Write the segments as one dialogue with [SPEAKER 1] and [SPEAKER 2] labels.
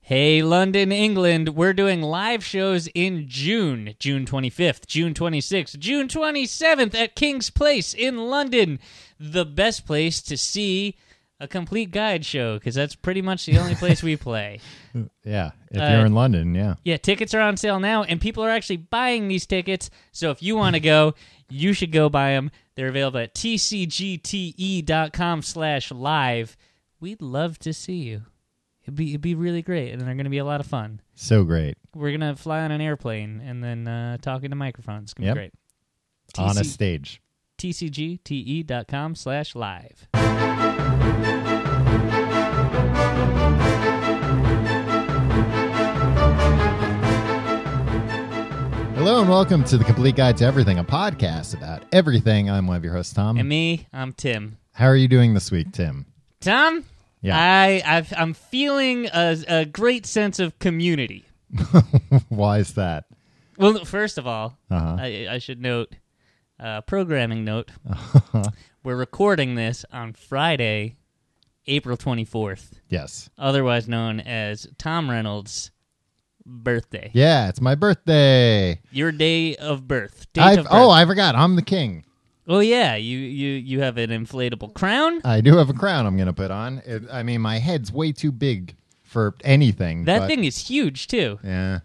[SPEAKER 1] Hey, London, England, we're doing live shows in June, June 25th, June 26th, June 27th at King's Place in London. The best place to see a complete guide show because that's pretty much the only place we play.
[SPEAKER 2] Yeah, if
[SPEAKER 1] Uh,
[SPEAKER 2] you're in London, yeah.
[SPEAKER 1] Yeah, tickets are on sale now, and people are actually buying these tickets. So if you want to go, you should go buy them. They're available at tcgte.com E slash live. We'd love to see you. It'd be, it'd be really great, and they're going to be a lot of fun.
[SPEAKER 2] So great.
[SPEAKER 1] We're going to fly on an airplane and then uh, talk into microphones. It's going to
[SPEAKER 2] Yep.
[SPEAKER 1] be great.
[SPEAKER 2] On a
[SPEAKER 1] TC
[SPEAKER 2] stage.
[SPEAKER 1] tcgte.com E slash live.
[SPEAKER 2] Hmm. Hello and welcome to the Complete Guide to Everything, a podcast about everything. I'm one of your hosts, Tom.
[SPEAKER 1] And me, I'm Tim.
[SPEAKER 2] How are you doing this week, Tim?
[SPEAKER 1] Tom?
[SPEAKER 2] Yeah.
[SPEAKER 1] I, I've, I'm feeling a, a great sense of community.
[SPEAKER 2] Why is that?
[SPEAKER 1] Well, first of all,
[SPEAKER 2] Uh-huh.
[SPEAKER 1] I, I should note, uh, programming note. We're recording this on Friday, April 24th,
[SPEAKER 2] Yes.
[SPEAKER 1] otherwise known as Tom Reynolds' birthday.
[SPEAKER 2] Yeah, it's my birthday.
[SPEAKER 1] Your day of birth. Date
[SPEAKER 2] I've,
[SPEAKER 1] of birth.
[SPEAKER 2] oh, I forgot. I'm the king.
[SPEAKER 1] well, yeah, you, you, you have an inflatable crown.
[SPEAKER 2] I do have a crown I'm going to put on. It, I mean, my head's way too big for anything.
[SPEAKER 1] That
[SPEAKER 2] but-
[SPEAKER 1] thing is huge, too.
[SPEAKER 2] Yeah.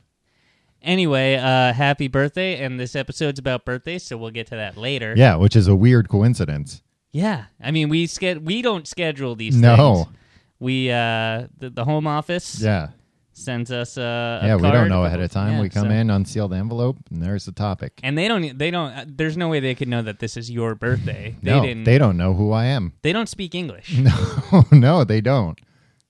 [SPEAKER 1] Anyway, uh, happy birthday, and this episode's about birthdays, so we'll get to that later.
[SPEAKER 2] Yeah, which is a weird coincidence.
[SPEAKER 1] Yeah, I mean we sched- we don't schedule these.
[SPEAKER 2] No.
[SPEAKER 1] things. we uh the, the home office
[SPEAKER 2] Yeah.
[SPEAKER 1] sends us a, a
[SPEAKER 2] Yeah, we don't
[SPEAKER 1] card.
[SPEAKER 2] know ahead of time.
[SPEAKER 1] Yeah,
[SPEAKER 2] we come
[SPEAKER 1] so-
[SPEAKER 2] in, unseal the envelope, and there's the topic.
[SPEAKER 1] and they don't they don't uh, there's no way they could know that this is your birthday. They
[SPEAKER 2] no,
[SPEAKER 1] didn't.
[SPEAKER 2] they Mm-hmm. don't know who I am.
[SPEAKER 1] they don't speak English.
[SPEAKER 2] No, no, they don't.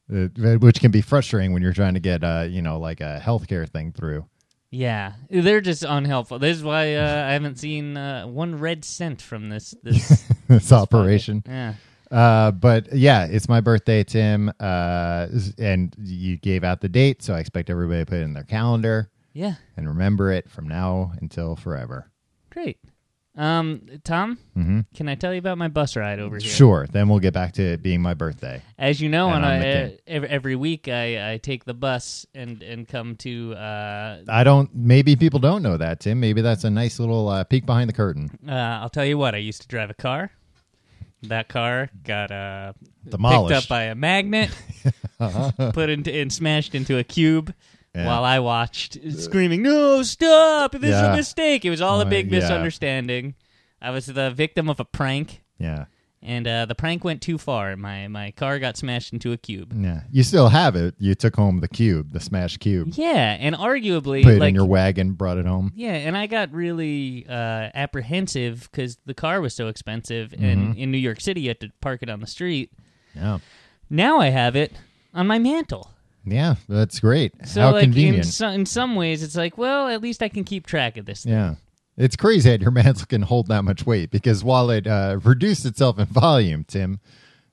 [SPEAKER 2] Uh, which can be frustrating when you're trying to get, uh, you know, like a healthcare thing through.
[SPEAKER 1] yeah, they're just unhelpful. This is why uh, I haven't seen uh, one red cent from this this
[SPEAKER 2] this operation.
[SPEAKER 1] yeah.
[SPEAKER 2] Uh, but yeah, it's my birthday, Tim. Uh, and you gave out the date, so I expect everybody to put it in their calendar
[SPEAKER 1] Yeah,
[SPEAKER 2] and remember it from now until forever.
[SPEAKER 1] great. Um Tom,
[SPEAKER 2] Mhm.
[SPEAKER 1] can I tell you about my bus ride over here?
[SPEAKER 2] Sure. Then we'll get back to it being my birthday.
[SPEAKER 1] As you know, on
[SPEAKER 2] And
[SPEAKER 1] a,
[SPEAKER 2] I'm the
[SPEAKER 1] e- every, every week I, I take the bus and, and come to uh,
[SPEAKER 2] I don't. Maybe people don't know that, Tim. Maybe that's a nice little uh, peek behind the curtain.
[SPEAKER 1] Uh, I'll tell you what. I used to drive a car. That car got uh, picked
[SPEAKER 2] Demolished.
[SPEAKER 1] up by a magnet, put into and smashed into a cube.
[SPEAKER 2] Uh-huh. Yeah.
[SPEAKER 1] While I watched, screaming, "No, stop! This is
[SPEAKER 2] Yeah.
[SPEAKER 1] a mistake!" It was all a
[SPEAKER 2] Uh,
[SPEAKER 1] big
[SPEAKER 2] yeah.
[SPEAKER 1] misunderstanding. I was the victim of a prank,
[SPEAKER 2] Yeah.
[SPEAKER 1] and uh, the prank went too far. My my car got smashed into a cube.
[SPEAKER 2] Yeah. You still have it. You took home the cube, the smash cube,
[SPEAKER 1] Yeah, and arguably,
[SPEAKER 2] put it
[SPEAKER 1] like
[SPEAKER 2] in your wagon, brought it home.
[SPEAKER 1] Yeah, and I got really uh, apprehensive because the car was so expensive,
[SPEAKER 2] Mm-hmm.
[SPEAKER 1] and in New York City, you had to park it on the street.
[SPEAKER 2] Yeah.
[SPEAKER 1] Now I have it on my mantle.
[SPEAKER 2] Yeah. That's great.
[SPEAKER 1] So,
[SPEAKER 2] How
[SPEAKER 1] like in
[SPEAKER 2] convenient.
[SPEAKER 1] so, in some ways, it's like, well, at least I can keep track of this.
[SPEAKER 2] yeah. It's crazy that your mantle can hold that much weight because while it uh, reduced itself in volume, Tim,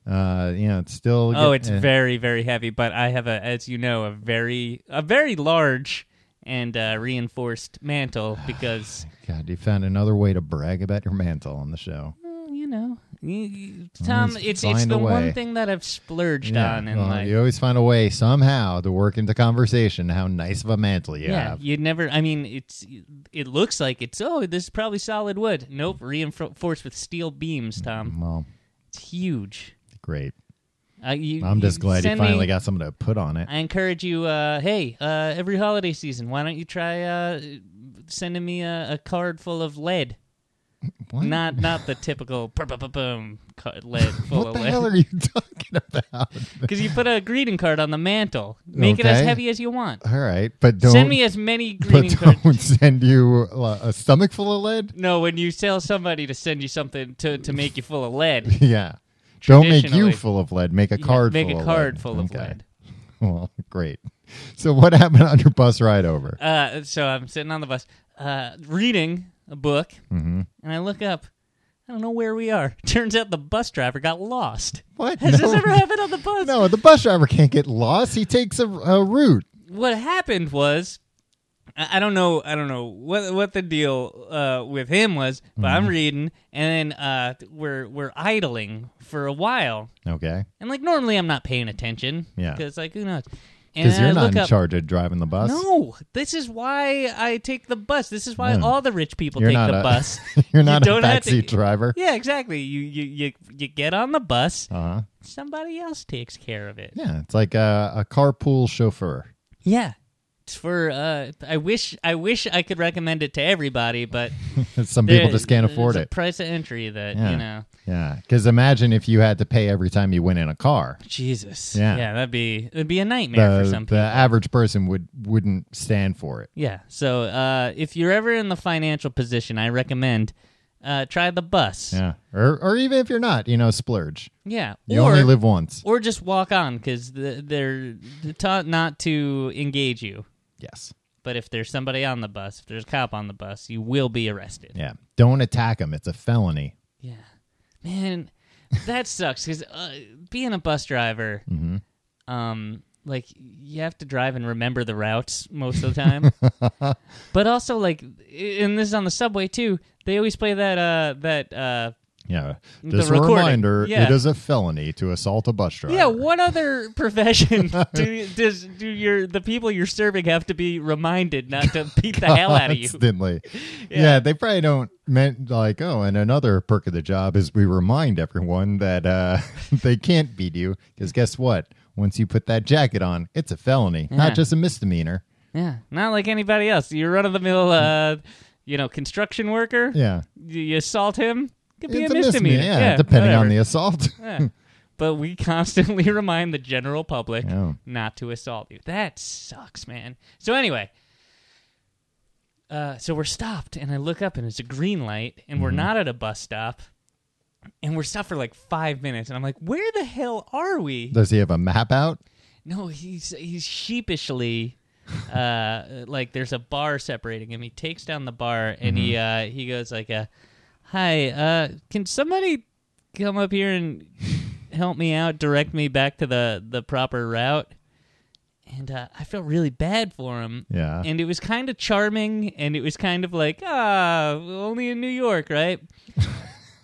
[SPEAKER 2] uh, you know, it's still.
[SPEAKER 1] Oh, it's
[SPEAKER 2] eh,
[SPEAKER 1] very very heavy, but I have a, as you know, a very a very large and uh, reinforced mantle because
[SPEAKER 2] God, you found another way to brag about your mantle on the show.
[SPEAKER 1] well, you know, you- you- Tom,
[SPEAKER 2] Always
[SPEAKER 1] it's it's
[SPEAKER 2] find
[SPEAKER 1] the
[SPEAKER 2] a
[SPEAKER 1] one
[SPEAKER 2] way.
[SPEAKER 1] thing that I've splurged on in
[SPEAKER 2] well,
[SPEAKER 1] life.
[SPEAKER 2] you always find a way somehow to work into conversation how nice of a mantle you
[SPEAKER 1] Yeah,
[SPEAKER 2] have.
[SPEAKER 1] you'd never. I mean, it's it looks like it's oh, this is probably solid wood. Nope, reinforced with steel beams. Tom,
[SPEAKER 2] Well,
[SPEAKER 1] it's huge.
[SPEAKER 2] great.
[SPEAKER 1] Uh, you,
[SPEAKER 2] I'm just glad you
[SPEAKER 1] send me-
[SPEAKER 2] finally got something to put on it.
[SPEAKER 1] I encourage you. Uh, hey, uh, every holiday season, why don't you try uh, sending me a, a card full of lead?
[SPEAKER 2] What?
[SPEAKER 1] Not not the typical boom lead full
[SPEAKER 2] what
[SPEAKER 1] of
[SPEAKER 2] the
[SPEAKER 1] lead.
[SPEAKER 2] hell are you talking about?
[SPEAKER 1] Because you put a greeting card on the mantle, make it as
[SPEAKER 2] Okay.
[SPEAKER 1] heavy as you want.
[SPEAKER 2] All right, but don't
[SPEAKER 1] Send me as many greeting cards.
[SPEAKER 2] but don't send you uh, a stomach full of lead.
[SPEAKER 1] No, when you tell somebody to send you something to, to make you full of lead,
[SPEAKER 2] Yeah, don't make
[SPEAKER 1] Traditionally.
[SPEAKER 2] you full of lead. Make a
[SPEAKER 1] Yeah,
[SPEAKER 2] card.
[SPEAKER 1] make
[SPEAKER 2] full
[SPEAKER 1] a
[SPEAKER 2] of
[SPEAKER 1] card
[SPEAKER 2] lead.
[SPEAKER 1] full of
[SPEAKER 2] Okay.
[SPEAKER 1] lead.
[SPEAKER 2] Well, great. So what happened on your bus ride over?
[SPEAKER 1] Uh, so I'm sitting on the bus, uh, reading a book,
[SPEAKER 2] Hmm. Mm-hmm.
[SPEAKER 1] and I look up. I don't know where we are. Turns out the bus driver got lost.
[SPEAKER 2] What?
[SPEAKER 1] Has
[SPEAKER 2] no,
[SPEAKER 1] this ever happened on the bus?
[SPEAKER 2] no, the bus driver can't get lost. He takes a, a route.
[SPEAKER 1] What happened was. I I don't know. I don't know what what the deal uh, with him was, but I'm
[SPEAKER 2] Mm-hmm.
[SPEAKER 1] reading, and then uh, we're we're idling for a while,
[SPEAKER 2] Okay.
[SPEAKER 1] And like normally, I'm not paying attention.
[SPEAKER 2] Yeah.
[SPEAKER 1] Because like who knows? And
[SPEAKER 2] Because you're
[SPEAKER 1] I
[SPEAKER 2] not
[SPEAKER 1] look
[SPEAKER 2] in
[SPEAKER 1] up-
[SPEAKER 2] charge of driving the bus.
[SPEAKER 1] No, this is why I take the bus. This is why
[SPEAKER 2] No.
[SPEAKER 1] all the rich people
[SPEAKER 2] You're
[SPEAKER 1] take
[SPEAKER 2] not
[SPEAKER 1] the
[SPEAKER 2] a-
[SPEAKER 1] bus.
[SPEAKER 2] You're not a
[SPEAKER 1] don't have to-
[SPEAKER 2] backseat driver.
[SPEAKER 1] yeah, exactly. You you you you get on the bus.
[SPEAKER 2] Uh-huh.
[SPEAKER 1] Somebody else takes care of it.
[SPEAKER 2] Yeah, it's like a, a carpool chauffeur.
[SPEAKER 1] Yeah. It's for uh I wish I wish I could recommend it to everybody, but
[SPEAKER 2] Some
[SPEAKER 1] there-
[SPEAKER 2] people just can't
[SPEAKER 1] there's
[SPEAKER 2] afford
[SPEAKER 1] a
[SPEAKER 2] it.
[SPEAKER 1] Price of entry that,
[SPEAKER 2] Yeah.
[SPEAKER 1] you know.
[SPEAKER 2] Yeah, because imagine if you had to pay every time you went in a car.
[SPEAKER 1] Jesus.
[SPEAKER 2] Yeah.
[SPEAKER 1] Yeah, that'd be it'd be a nightmare for
[SPEAKER 2] The,
[SPEAKER 1] some
[SPEAKER 2] the
[SPEAKER 1] people.
[SPEAKER 2] average person would wouldn't stand for it.
[SPEAKER 1] Yeah. So uh if you're ever in the financial position, I recommend uh try the bus.
[SPEAKER 2] Yeah, or or even if you're not, you know, splurge.
[SPEAKER 1] Yeah.
[SPEAKER 2] You
[SPEAKER 1] or
[SPEAKER 2] only live once.
[SPEAKER 1] or just walk on cuz they're taught not to engage you.
[SPEAKER 2] Yes.
[SPEAKER 1] But if there's somebody on the bus, if there's a cop on the bus, you will be arrested.
[SPEAKER 2] Yeah. Don't attack them. It's a felony.
[SPEAKER 1] Yeah, man, that sucks because uh, being a bus driver,
[SPEAKER 2] Mm-hmm.
[SPEAKER 1] um, like you have to drive and remember the routes most of the time. but also, like, and this is on the subway too. They always play that uh that uh
[SPEAKER 2] Yeah.
[SPEAKER 1] The
[SPEAKER 2] Just a
[SPEAKER 1] recording.
[SPEAKER 2] reminder:
[SPEAKER 1] Yeah.
[SPEAKER 2] it is a felony to assault a bus driver.
[SPEAKER 1] yeah. What other profession do does do your the people you're serving have to be reminded not to beat the hell out of you?
[SPEAKER 2] Constantly.
[SPEAKER 1] Yeah.
[SPEAKER 2] yeah. they probably don't meant like, oh, and another perk of the job is we remind everyone that uh, they can't beat you because guess what? Once you put that jacket on, it's a felony,
[SPEAKER 1] Yeah.
[SPEAKER 2] not just a misdemeanor.
[SPEAKER 1] Yeah, not like anybody else. You're run of the mill, uh, you know, construction worker.
[SPEAKER 2] Yeah,
[SPEAKER 1] you you assault him, could be
[SPEAKER 2] it's
[SPEAKER 1] a misdemeanor.
[SPEAKER 2] Yeah, depending on the
[SPEAKER 1] whatever.
[SPEAKER 2] assault.
[SPEAKER 1] Yeah. But we constantly remind the general public
[SPEAKER 2] Yeah.
[SPEAKER 1] not to assault you. That sucks, man. So anyway, uh, so we're stopped, and I look up, and it's a green light, and
[SPEAKER 2] Mm-hmm.
[SPEAKER 1] we're not at a bus stop, and we're stopped for like five minutes, and I'm like, where the hell are we?
[SPEAKER 2] Does he have a map out?
[SPEAKER 1] No, he's he's sheepishly uh like there's a bar separating him. He takes down the bar and he uh he goes like uh hi, uh can somebody come up here and help me out, direct me back to the the proper route? And uh, I felt really bad for him.
[SPEAKER 2] Yeah.
[SPEAKER 1] And it was kind of charming and it was kind of like, ah, only in New York, right?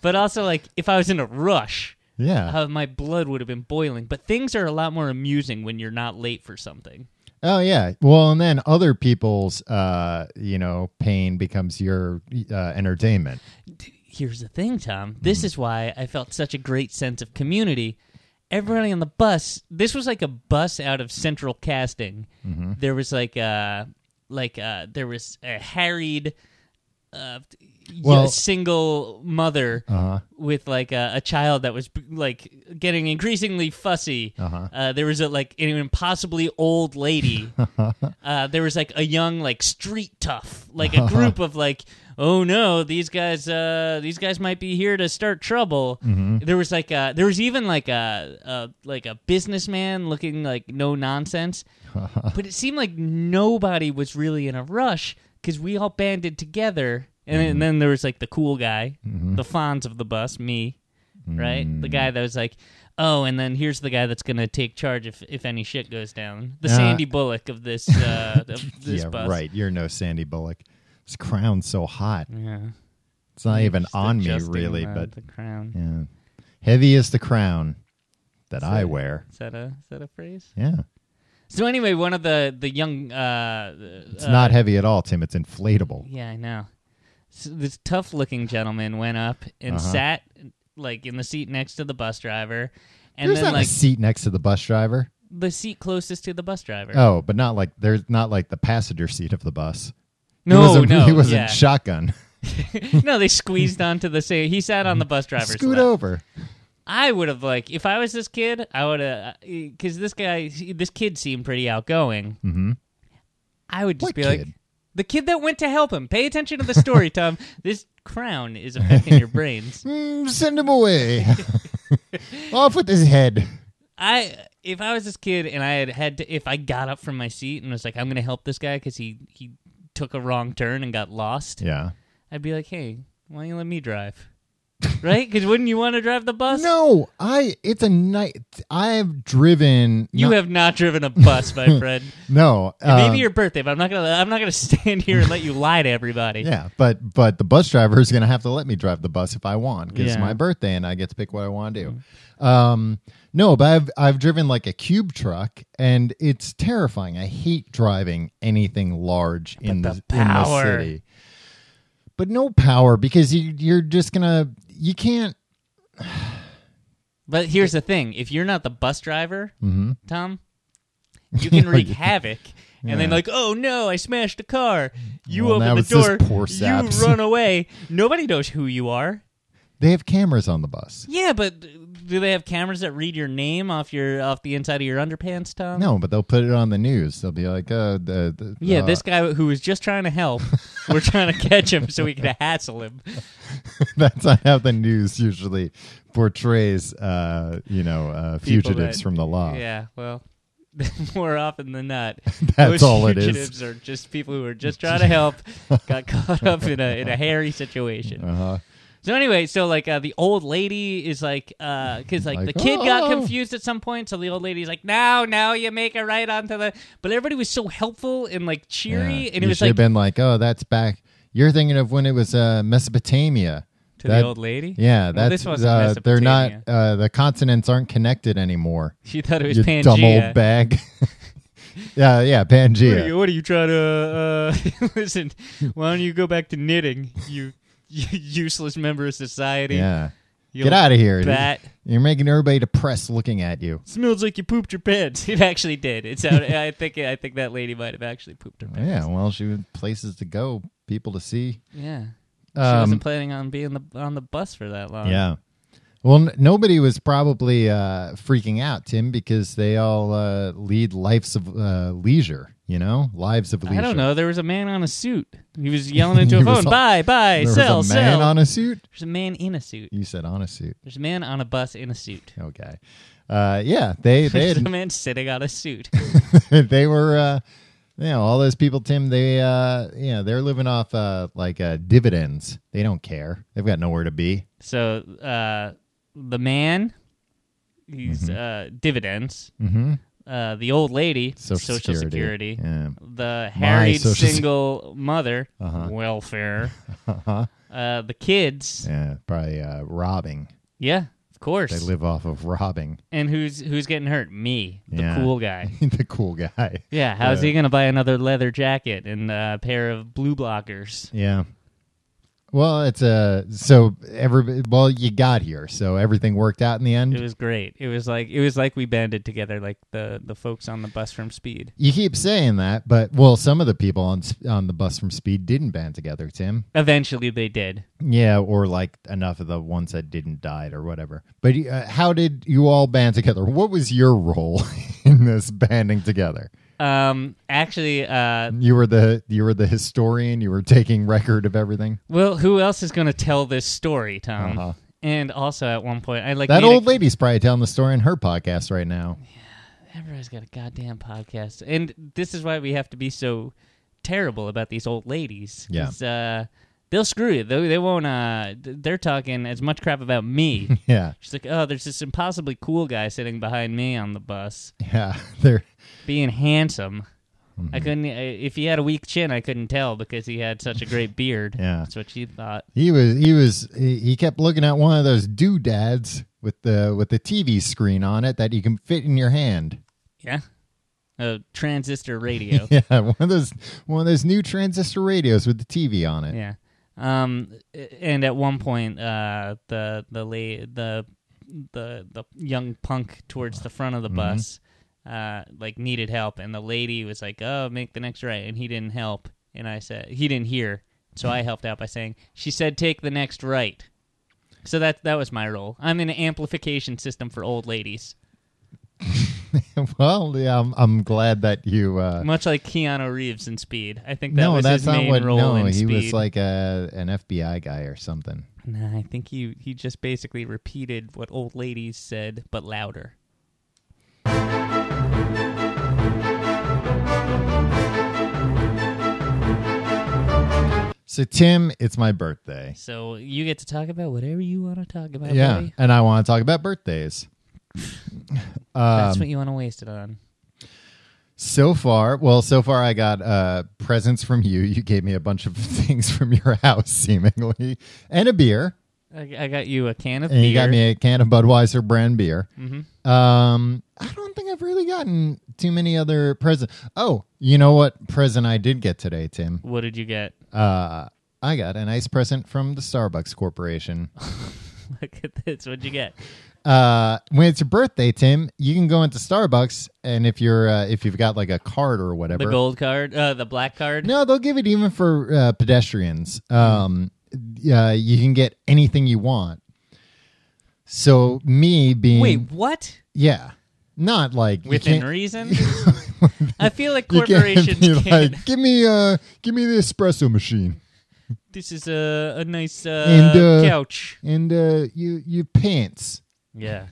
[SPEAKER 1] but also like if I was in a rush,
[SPEAKER 2] yeah.
[SPEAKER 1] uh, my blood would have been boiling. But things are a lot more amusing when you're not late for something.
[SPEAKER 2] Oh yeah. Well, and then other people's, uh, you know, pain becomes your uh, entertainment.
[SPEAKER 1] D- Here's the thing, Tom. This
[SPEAKER 2] Mm-hmm.
[SPEAKER 1] is why I felt such a great sense of community. Everybody on the bus. This was like a bus out of Central Casting.
[SPEAKER 2] Mm-hmm.
[SPEAKER 1] There was like a like a, there was a harried. Uh, y-
[SPEAKER 2] Well-
[SPEAKER 1] single mother
[SPEAKER 2] Uh-huh.
[SPEAKER 1] with like uh, a, a child that was like getting increasingly fussy.
[SPEAKER 2] Uh-huh.
[SPEAKER 1] Uh, there was a, like an impossibly old lady. uh, there was like a young like street tough, like a group of like, oh no, these guys, uh, these guys might be here to start trouble. There was like a, there was even like a, a like a businessman looking like no nonsense, but it seemed like nobody was really in a rush because we all banded together. And then, and then there was like the cool guy, the Fonz of the bus, me, right?
[SPEAKER 2] Mm,
[SPEAKER 1] The guy that was like, oh, and then here's the guy that's gonna take charge if if any shit goes down. The
[SPEAKER 2] Uh,
[SPEAKER 1] Sandy Bullock of this uh, of this
[SPEAKER 2] yeah,
[SPEAKER 1] bus,
[SPEAKER 2] right. You're no Sandy Bullock. His crown's so hot.
[SPEAKER 1] Yeah,
[SPEAKER 2] It's not even
[SPEAKER 1] Just
[SPEAKER 2] on me
[SPEAKER 1] adjusting,
[SPEAKER 2] really,
[SPEAKER 1] uh,
[SPEAKER 2] but
[SPEAKER 1] the crown.
[SPEAKER 2] yeah. Heavy is the crown that I
[SPEAKER 1] So-
[SPEAKER 2] wear.
[SPEAKER 1] Is that a is that a phrase?
[SPEAKER 2] Yeah.
[SPEAKER 1] So anyway, one of the the young uh,
[SPEAKER 2] It's
[SPEAKER 1] uh,
[SPEAKER 2] not heavy at all, Tim. It's inflatable.
[SPEAKER 1] Yeah, I know. So this tough looking gentleman went up and
[SPEAKER 2] Uh-huh.
[SPEAKER 1] sat like in the seat next to the bus driver, and
[SPEAKER 2] There's
[SPEAKER 1] then
[SPEAKER 2] not
[SPEAKER 1] like
[SPEAKER 2] a seat next to the bus driver.
[SPEAKER 1] the seat closest to the bus driver.
[SPEAKER 2] Oh, but not like there's not like the passenger seat of the bus.
[SPEAKER 1] no,
[SPEAKER 2] he wasn't,
[SPEAKER 1] no,
[SPEAKER 2] he wasn't
[SPEAKER 1] yeah.
[SPEAKER 2] shotgun.
[SPEAKER 1] no, they squeezed onto the same. He sat on the bus driver's
[SPEAKER 2] Scoot
[SPEAKER 1] lap.
[SPEAKER 2] over.
[SPEAKER 1] I would have like if I was this kid, I would have because this guy, this kid seemed pretty outgoing.
[SPEAKER 2] Mm-hmm.
[SPEAKER 1] I would just
[SPEAKER 2] What
[SPEAKER 1] be like
[SPEAKER 2] kid?
[SPEAKER 1] the kid that went to help him. Pay attention to the story, Tom. This crown is affecting your brains.
[SPEAKER 2] Mm, send him away. Off with his head.
[SPEAKER 1] I if I was this kid and I had had to, if I got up from my seat and was like I'm gonna help this guy because he he took a wrong turn and got lost,
[SPEAKER 2] Yeah.
[SPEAKER 1] I'd be like, hey, why don't you let me drive? right? Because wouldn't you want to drive the bus?
[SPEAKER 2] No, I. It's a night. I've driven.
[SPEAKER 1] You
[SPEAKER 2] no,
[SPEAKER 1] have not driven a bus, my friend.
[SPEAKER 2] no.
[SPEAKER 1] Maybe
[SPEAKER 2] um,
[SPEAKER 1] your birthday, but I'm not gonna. I'm not gonna stand here and let you lie to everybody.
[SPEAKER 2] Yeah, but but the bus driver is going to have to let me drive the bus if I want because it's
[SPEAKER 1] Yeah. Mm-hmm.
[SPEAKER 2] my birthday and I get to pick what I want to do. Um, no, but I've I've driven like a cube truck and it's terrifying. I hate driving anything large in
[SPEAKER 1] the
[SPEAKER 2] the, in the
[SPEAKER 1] power.
[SPEAKER 2] city. But no power because you you're just gonna you can't.
[SPEAKER 1] But here's the thing: if you're not the bus driver,
[SPEAKER 2] Mm-hmm.
[SPEAKER 1] Tom, you can wreak havoc. And then like, oh no, I smashed a car. You
[SPEAKER 2] Well, now
[SPEAKER 1] open the
[SPEAKER 2] it's this
[SPEAKER 1] door.
[SPEAKER 2] poor
[SPEAKER 1] you
[SPEAKER 2] saps.
[SPEAKER 1] run away. Nobody knows who you are.
[SPEAKER 2] They have cameras on the bus.
[SPEAKER 1] Yeah, but do they have cameras that read your name off your off the inside of your underpants, Tom?
[SPEAKER 2] No, but they'll put it on the news. They'll be like, uh, the, the,
[SPEAKER 1] Yeah,
[SPEAKER 2] uh,
[SPEAKER 1] this guy who was just trying to help, we're trying to catch him so we can hassle him.
[SPEAKER 2] That's not how the news usually portrays, uh, you know, uh,
[SPEAKER 1] People
[SPEAKER 2] fugitives
[SPEAKER 1] that-
[SPEAKER 2] from the law.
[SPEAKER 1] Yeah, well, more often than not,
[SPEAKER 2] That's
[SPEAKER 1] most
[SPEAKER 2] all it is.
[SPEAKER 1] fugitives are just people who are just trying to help, got caught up in a in a hairy situation.
[SPEAKER 2] Uh-huh.
[SPEAKER 1] So anyway, so like uh, the old lady is like, because like,
[SPEAKER 2] Like,
[SPEAKER 1] the kid got
[SPEAKER 2] "Oh."
[SPEAKER 1] confused at some point, so the old lady's like, now, now you make it right onto the. But everybody was so helpful and like cheery,
[SPEAKER 2] Yeah.
[SPEAKER 1] and it
[SPEAKER 2] you
[SPEAKER 1] was
[SPEAKER 2] should
[SPEAKER 1] like
[SPEAKER 2] have been like, oh, that's back. You're thinking of when it was uh, Mesopotamia.
[SPEAKER 1] to
[SPEAKER 2] That-
[SPEAKER 1] the old lady.
[SPEAKER 2] Yeah, that's
[SPEAKER 1] this wasn't
[SPEAKER 2] uh, they're not
[SPEAKER 1] Mesopotamia.
[SPEAKER 2] uh, the continents aren't connected anymore.
[SPEAKER 1] she thought it was
[SPEAKER 2] you
[SPEAKER 1] Pangea.
[SPEAKER 2] dumb old bag. yeah, yeah,
[SPEAKER 1] What are
[SPEAKER 2] Pangea.
[SPEAKER 1] you, what are you trying to uh, listen? Why don't you go back to knitting? You, you useless member of society.
[SPEAKER 2] Yeah,
[SPEAKER 1] You
[SPEAKER 2] get
[SPEAKER 1] little
[SPEAKER 2] out of here.
[SPEAKER 1] Bat
[SPEAKER 2] You're making everybody depressed looking at you.
[SPEAKER 1] smells like you pooped your pants. It actually did. It's out, I think I think that lady might have actually pooped her pants.
[SPEAKER 2] Yeah, well, she was places to go, people to see.
[SPEAKER 1] Yeah. She
[SPEAKER 2] Um,
[SPEAKER 1] wasn't planning on being the, on the bus for that long.
[SPEAKER 2] Yeah. Well, n- nobody was probably uh, freaking out, Tim, because they all uh, lead lives of uh, leisure. You know, lives of leisure.
[SPEAKER 1] I don't know. There was a man on a suit. He was yelling into a
[SPEAKER 2] There was
[SPEAKER 1] phone.
[SPEAKER 2] a-
[SPEAKER 1] buy, buy,
[SPEAKER 2] There
[SPEAKER 1] sell,
[SPEAKER 2] was a man
[SPEAKER 1] sell.
[SPEAKER 2] on a suit.
[SPEAKER 1] There's a man in a suit.
[SPEAKER 2] You said on a suit.
[SPEAKER 1] There's a man on a bus in a suit.
[SPEAKER 2] Okay. Uh, yeah, they they
[SPEAKER 1] There's a
[SPEAKER 2] had-
[SPEAKER 1] man sitting on a suit.
[SPEAKER 2] they were. Uh, you know, all those people, Tim. They uh, you know, they're living off uh, like uh, dividends. They don't care. They've got nowhere to be.
[SPEAKER 1] So uh, the man, he's uh, dividends.
[SPEAKER 2] Mm-hmm.
[SPEAKER 1] Uh, the old lady,
[SPEAKER 2] Social,
[SPEAKER 1] security.
[SPEAKER 2] Yeah.
[SPEAKER 1] The harried
[SPEAKER 2] Social Uh-huh. Sec-
[SPEAKER 1] single mother, welfare. Uh, the kids,
[SPEAKER 2] Uh-huh. Yeah. Probably uh, robbing.
[SPEAKER 1] yeah, of course.
[SPEAKER 2] They live off of robbing.
[SPEAKER 1] and who's who's getting hurt? Me, the
[SPEAKER 2] Yeah.
[SPEAKER 1] cool guy.
[SPEAKER 2] the cool guy.
[SPEAKER 1] Yeah, how's he gonna buy another leather jacket and uh, a pair of blue blockers?
[SPEAKER 2] Yeah. Well, it's uh, so every well, you got here, so everything worked out in the
[SPEAKER 1] It
[SPEAKER 2] end.
[SPEAKER 1] was great. It was like it was like we banded together, like the the folks on the bus from Speed.
[SPEAKER 2] You keep saying that, but well, some of the people on s- on the bus from Speed didn't band together, Tim.
[SPEAKER 1] Eventually, they did.
[SPEAKER 2] Yeah, or like enough of the ones that didn't died or whatever. But uh, how did you all band together? What was your role in this banding together?
[SPEAKER 1] Um, actually, uh,
[SPEAKER 2] You were the you were the historian. You were taking record of everything.
[SPEAKER 1] Well, who else is going to tell this story, Tom?
[SPEAKER 2] Uh-huh.
[SPEAKER 1] And also, at one point, I like
[SPEAKER 2] That
[SPEAKER 1] made a-
[SPEAKER 2] old lady's probably telling the story in her podcast right now.
[SPEAKER 1] Everybody's got a goddamn podcast, and this is why we have to be so terrible about these old ladies.
[SPEAKER 2] Yeah.
[SPEAKER 1] 'Cause, uh, they'll screw you. They, they won't. Uh, th- they're talking as much crap about me.
[SPEAKER 2] Yeah,
[SPEAKER 1] She's like, "Oh, there's this impossibly cool guy sitting behind me on the bus,
[SPEAKER 2] yeah, they're
[SPEAKER 1] being handsome."
[SPEAKER 2] Mm-hmm.
[SPEAKER 1] I couldn't. I, if he had a weak chin, I couldn't tell because he had such a great beard.
[SPEAKER 2] Yeah.
[SPEAKER 1] that's what she thought.
[SPEAKER 2] He was he was he he kept looking at one of those doodads with the with the TV screen on it that you can fit in your hand.
[SPEAKER 1] Yeah, a transistor radio.
[SPEAKER 2] Yeah, one of those one of those new transistor radios with the TV on it.
[SPEAKER 1] Yeah. Um. And at one point, uh, the the la- the the the young punk towards the front of
[SPEAKER 2] Mm-hmm.
[SPEAKER 1] the bus, uh, like needed help, and the lady was like, "Oh, make the next right," and he didn't help, and I said he didn't hear, so I helped out by saying, "She said take the next right." So that that was my role. I'm an amplification system for old ladies,
[SPEAKER 2] well, yeah, I'm, I'm glad that you. Uh,
[SPEAKER 1] much like Keanu Reeves in Speed. I think that
[SPEAKER 2] no,
[SPEAKER 1] was
[SPEAKER 2] that's
[SPEAKER 1] his
[SPEAKER 2] not
[SPEAKER 1] main
[SPEAKER 2] what.
[SPEAKER 1] role
[SPEAKER 2] No,
[SPEAKER 1] in
[SPEAKER 2] he
[SPEAKER 1] Speed.
[SPEAKER 2] was like a an FBI guy or something.
[SPEAKER 1] Nah, I think he, he just basically repeated what old ladies said, but louder.
[SPEAKER 2] So Tim, it's my birthday.
[SPEAKER 1] So you get to talk about whatever you want to talk about.
[SPEAKER 2] yeah,
[SPEAKER 1] buddy.
[SPEAKER 2] and I want to talk about birthdays.
[SPEAKER 1] that's
[SPEAKER 2] um,
[SPEAKER 1] what you want to waste it on.
[SPEAKER 2] So far, well, so far I got uh, presents from you. You gave me a bunch of things from your house, seemingly, and a beer.
[SPEAKER 1] I, I got you a can of
[SPEAKER 2] And
[SPEAKER 1] beer.
[SPEAKER 2] you got me a can of Budweiser brand beer. Um, I don't think I've really gotten too many other presents. Oh, you know what present I did get today, Tim?
[SPEAKER 1] what did you get?
[SPEAKER 2] Uh, I got a nice present from the Starbucks Corporation.
[SPEAKER 1] Look at this. What'd you get?
[SPEAKER 2] uh, when it's your birthday, Tim, you can go into Starbucks, and if you're uh, if you've got like a card or
[SPEAKER 1] The
[SPEAKER 2] whatever,
[SPEAKER 1] gold card, uh, the black card.
[SPEAKER 2] no, they'll give it even for uh, pedestrians. Um, uh, you can get anything you want. So me being
[SPEAKER 1] Wait, what?
[SPEAKER 2] yeah, not like you
[SPEAKER 1] Within
[SPEAKER 2] can't-
[SPEAKER 1] reason? I feel like
[SPEAKER 2] you can't be
[SPEAKER 1] corporations can't.
[SPEAKER 2] like, give me uh, give me the espresso machine,
[SPEAKER 1] This is a, a nice uh,
[SPEAKER 2] And, uh,
[SPEAKER 1] couch.
[SPEAKER 2] and uh, you you pants.
[SPEAKER 1] Yeah.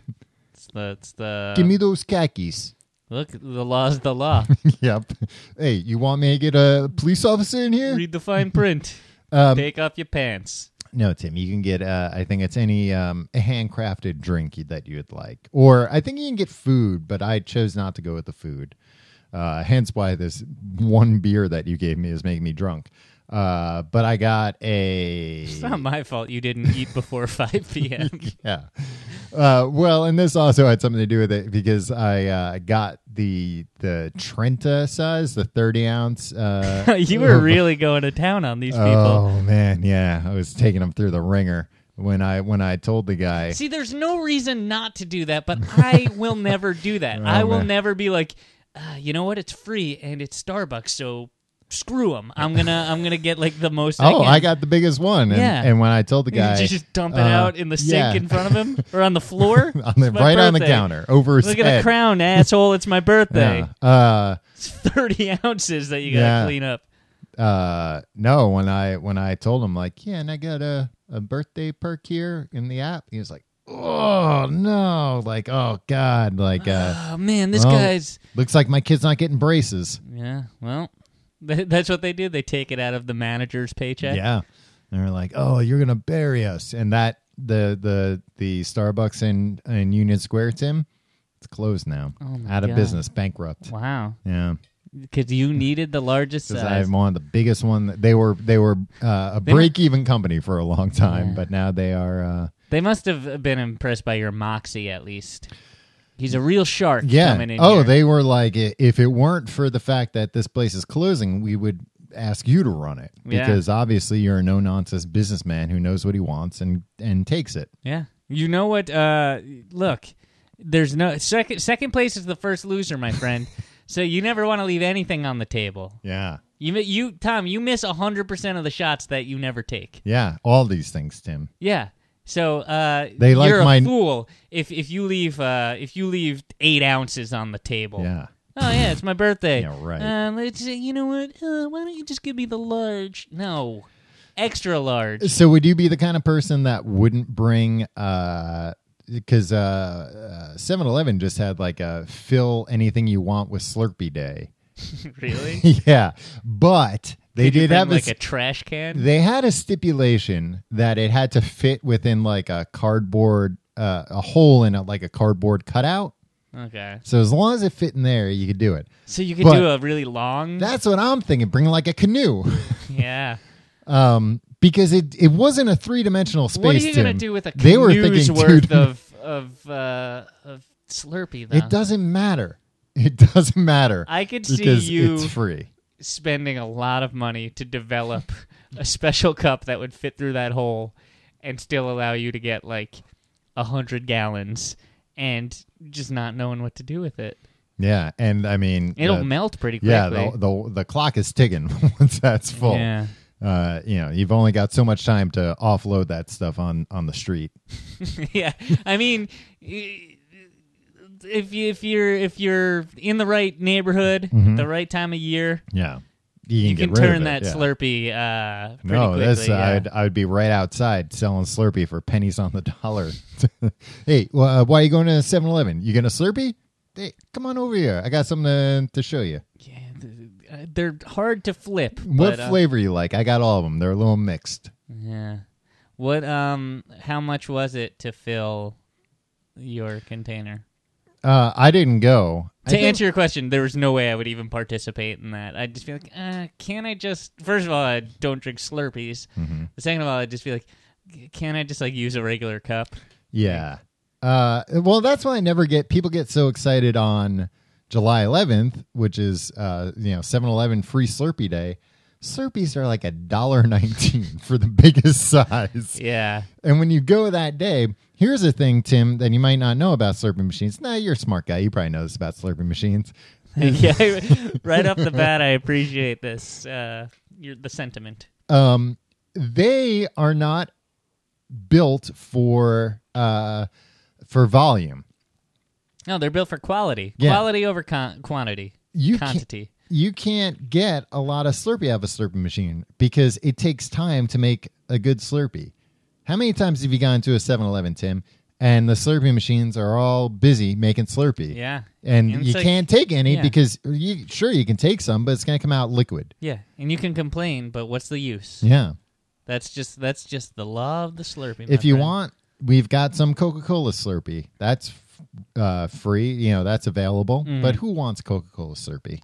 [SPEAKER 1] It's the, it's the
[SPEAKER 2] give me those khakis.
[SPEAKER 1] look. The law's the law.
[SPEAKER 2] yep. Hey, you want me to get a police officer in here?
[SPEAKER 1] Read the fine print.
[SPEAKER 2] Um,
[SPEAKER 1] Take off your pants.
[SPEAKER 2] No, Tim, you can get. Uh, I think it's any um, handcrafted drink you- that you would like, or I think you can get food, but I chose not to go with the food. Uh, hence why this one beer that you gave me is making me drunk. Uh, but I got a
[SPEAKER 1] It's not my fault you didn't eat before 5 p.m.
[SPEAKER 2] yeah. Uh, well, and this also had something to do with it because I uh, got the the Trenta size, the thirty ounce. Uh,
[SPEAKER 1] you were really going to town on these people.
[SPEAKER 2] oh man, yeah, I was taking them through the ringer when I when I told the guy.
[SPEAKER 1] See, there's no reason not to do that, but I will never do that. I will
[SPEAKER 2] Oh, man.
[SPEAKER 1] never be like, uh, you know what? It's free and it's Starbucks, so screw them. I'm gonna, I'm gonna get like the most. I
[SPEAKER 2] Oh,
[SPEAKER 1] can.
[SPEAKER 2] I got the biggest one. And,
[SPEAKER 1] Yeah.
[SPEAKER 2] and when I told the guy,
[SPEAKER 1] Did you just dump it
[SPEAKER 2] uh,
[SPEAKER 1] out in the sink
[SPEAKER 2] yeah.
[SPEAKER 1] in front of him or on the floor?
[SPEAKER 2] on the,
[SPEAKER 1] It's my
[SPEAKER 2] right on the
[SPEAKER 1] birthday.
[SPEAKER 2] counter over his
[SPEAKER 1] Look at
[SPEAKER 2] head.
[SPEAKER 1] the crown, asshole! It's my birthday.
[SPEAKER 2] Yeah. Uh,
[SPEAKER 1] It's thirty ounces that you gotta
[SPEAKER 2] Yeah.
[SPEAKER 1] clean up.
[SPEAKER 2] uh, no, when I when I told him like, yeah, and I got a, a birthday perk here in the app, he was like, oh no, like oh god, like uh,
[SPEAKER 1] Oh man, this
[SPEAKER 2] Well-
[SPEAKER 1] guy's
[SPEAKER 2] looks like my kid's not getting braces.
[SPEAKER 1] yeah. Well, th- that's what they did. They take it out of the manager's paycheck.
[SPEAKER 2] Yeah, and they're like, oh, you're gonna bury us, and that the the the Starbucks in in Union Square, Tim, it's closed now,
[SPEAKER 1] Oh my
[SPEAKER 2] out of
[SPEAKER 1] God.
[SPEAKER 2] business, bankrupt.
[SPEAKER 1] Wow,
[SPEAKER 2] Yeah.
[SPEAKER 1] because you needed the largest
[SPEAKER 2] because
[SPEAKER 1] size.
[SPEAKER 2] I'm one of the biggest one. that- They were they were uh, a
[SPEAKER 1] mu-
[SPEAKER 2] break even company for a long time,
[SPEAKER 1] Yeah.
[SPEAKER 2] but now they are. Uh,
[SPEAKER 1] They must have been impressed by your moxie, at least. He's a real shark
[SPEAKER 2] yeah.
[SPEAKER 1] coming in.
[SPEAKER 2] Oh,
[SPEAKER 1] here.
[SPEAKER 2] they were like, "I- if it weren't for the fact that this place is closing, we would ask you to run it
[SPEAKER 1] Yeah.
[SPEAKER 2] because obviously you're a no nonsense businessman who knows what he wants and and takes it.
[SPEAKER 1] Yeah. You know what? Uh, look, there's no second. Second place is the first loser, my friend. so you never want to leave anything on the table.
[SPEAKER 2] Yeah.
[SPEAKER 1] You, mi- you, Tom, you miss hundred percent of the shots that you never take.
[SPEAKER 2] Yeah. All these things, Tim.
[SPEAKER 1] Yeah. So uh,
[SPEAKER 2] They like
[SPEAKER 1] you're a
[SPEAKER 2] my-
[SPEAKER 1] fool if if you leave uh, if you leave eight ounces on the table.
[SPEAKER 2] Yeah.
[SPEAKER 1] Oh yeah, it's my birthday.
[SPEAKER 2] Yeah, right.
[SPEAKER 1] Um, let's, uh, you know what? Uh, why don't you just give me the large? No, extra large.
[SPEAKER 2] So would you be the kind of person that wouldn't bring uh because uh, uh 7-Eleven just had like a fill anything you want with Slurpee Day.
[SPEAKER 1] really?
[SPEAKER 2] yeah, but they
[SPEAKER 1] Could you
[SPEAKER 2] did
[SPEAKER 1] bring,
[SPEAKER 2] have a,
[SPEAKER 1] like a
[SPEAKER 2] st-
[SPEAKER 1] trash can.
[SPEAKER 2] they had a stipulation that it had to fit within like a cardboard uh, a hole in a, like a cardboard cutout.
[SPEAKER 1] okay.
[SPEAKER 2] So as long as it fit in there, you could do it.
[SPEAKER 1] So you could
[SPEAKER 2] But-
[SPEAKER 1] do a really long.
[SPEAKER 2] That's what I'm thinking. Bring like a canoe,
[SPEAKER 1] yeah.
[SPEAKER 2] um, because it it wasn't a three dimensional space.
[SPEAKER 1] What are you gonna
[SPEAKER 2] Tim.
[SPEAKER 1] do with a
[SPEAKER 2] They were
[SPEAKER 1] canoe's
[SPEAKER 2] thinking
[SPEAKER 1] worth
[SPEAKER 2] two-dim-
[SPEAKER 1] of of uh, of Slurpee though?
[SPEAKER 2] It doesn't matter. It doesn't matter.
[SPEAKER 1] I could see
[SPEAKER 2] because
[SPEAKER 1] you
[SPEAKER 2] it's free.
[SPEAKER 1] spending a lot of money to develop a special cup that would fit through that hole and still allow you to get like a hundred gallons and just not knowing what to do with it.
[SPEAKER 2] Yeah, and I mean
[SPEAKER 1] It'll
[SPEAKER 2] uh,
[SPEAKER 1] melt pretty quickly.
[SPEAKER 2] Yeah, the, the the clock is ticking once that's full.
[SPEAKER 1] Yeah.
[SPEAKER 2] uh, you know, you've only got so much time to offload that stuff on on the street.
[SPEAKER 1] yeah. I mean, i- if you, if you're if you're in the right neighborhood, at the right time of year,
[SPEAKER 2] Yeah, Mm-hmm. you can,
[SPEAKER 1] you
[SPEAKER 2] get
[SPEAKER 1] can
[SPEAKER 2] rid of
[SPEAKER 1] turn
[SPEAKER 2] it,
[SPEAKER 1] that
[SPEAKER 2] yeah.
[SPEAKER 1] Slurpee uh, pretty
[SPEAKER 2] No,
[SPEAKER 1] quickly.
[SPEAKER 2] this
[SPEAKER 1] yeah.
[SPEAKER 2] I'd I'd be right outside selling Slurpee for pennies on the dollar. hey, well, uh, why are you going to 7-Eleven? You getting a Slurpee? Hey, come on over here. I got something to, to show you.
[SPEAKER 1] Yeah, th- uh, they're hard to flip.
[SPEAKER 2] What
[SPEAKER 1] but, uh,
[SPEAKER 2] flavor you like? I got all of them. They're a little mixed.
[SPEAKER 1] Yeah. What um how much was it to fill your container?
[SPEAKER 2] Uh, I didn't go. I
[SPEAKER 1] To
[SPEAKER 2] think-
[SPEAKER 1] answer your question, there was no way I would even participate in that. I'd just be like, uh, can I just first of all, I don't drink Slurpees.
[SPEAKER 2] Mm-hmm.
[SPEAKER 1] Second of all, I'd just be like, can I just like use a regular cup?
[SPEAKER 2] Yeah. Uh, well, that's why I never get people get so excited on July 11th, which is uh, you know 7-Eleven free Slurpee day. Slurpees are like a dollar nineteen for the biggest size.
[SPEAKER 1] Yeah.
[SPEAKER 2] And when you go that day, here's a thing, Tim, that you might not know about slurping machines. Nah, you're a smart guy. You probably know this about slurping machines.
[SPEAKER 1] yeah. I- Right off the bat, I appreciate this. Uh, your, the sentiment.
[SPEAKER 2] um, they are not built for uh, for volume.
[SPEAKER 1] No, they're built for quality.
[SPEAKER 2] Yeah.
[SPEAKER 1] Quality over con- quantity.
[SPEAKER 2] You can't,
[SPEAKER 1] quantity.
[SPEAKER 2] you can't get a lot of Slurpee out of a Slurpee machine because it takes time to make a good Slurpee. How many times have you gone to a 7-Eleven, Tim, and the Slurpee machines are all busy making Slurpee?
[SPEAKER 1] Yeah.
[SPEAKER 2] And
[SPEAKER 1] And
[SPEAKER 2] you
[SPEAKER 1] it's like-
[SPEAKER 2] can't take any
[SPEAKER 1] yeah.
[SPEAKER 2] because you sure you can take some, but it's going to come out liquid.
[SPEAKER 1] Yeah, and you can complain, but what's the use?
[SPEAKER 2] Yeah.
[SPEAKER 1] That's just that's just the law of the Slurpee. my
[SPEAKER 2] if you
[SPEAKER 1] friend.
[SPEAKER 2] want, we've got some Coca Cola Slurpee. That's uh, free. You know, that's available.
[SPEAKER 1] Mm.
[SPEAKER 2] But who wants Coca Cola Slurpee?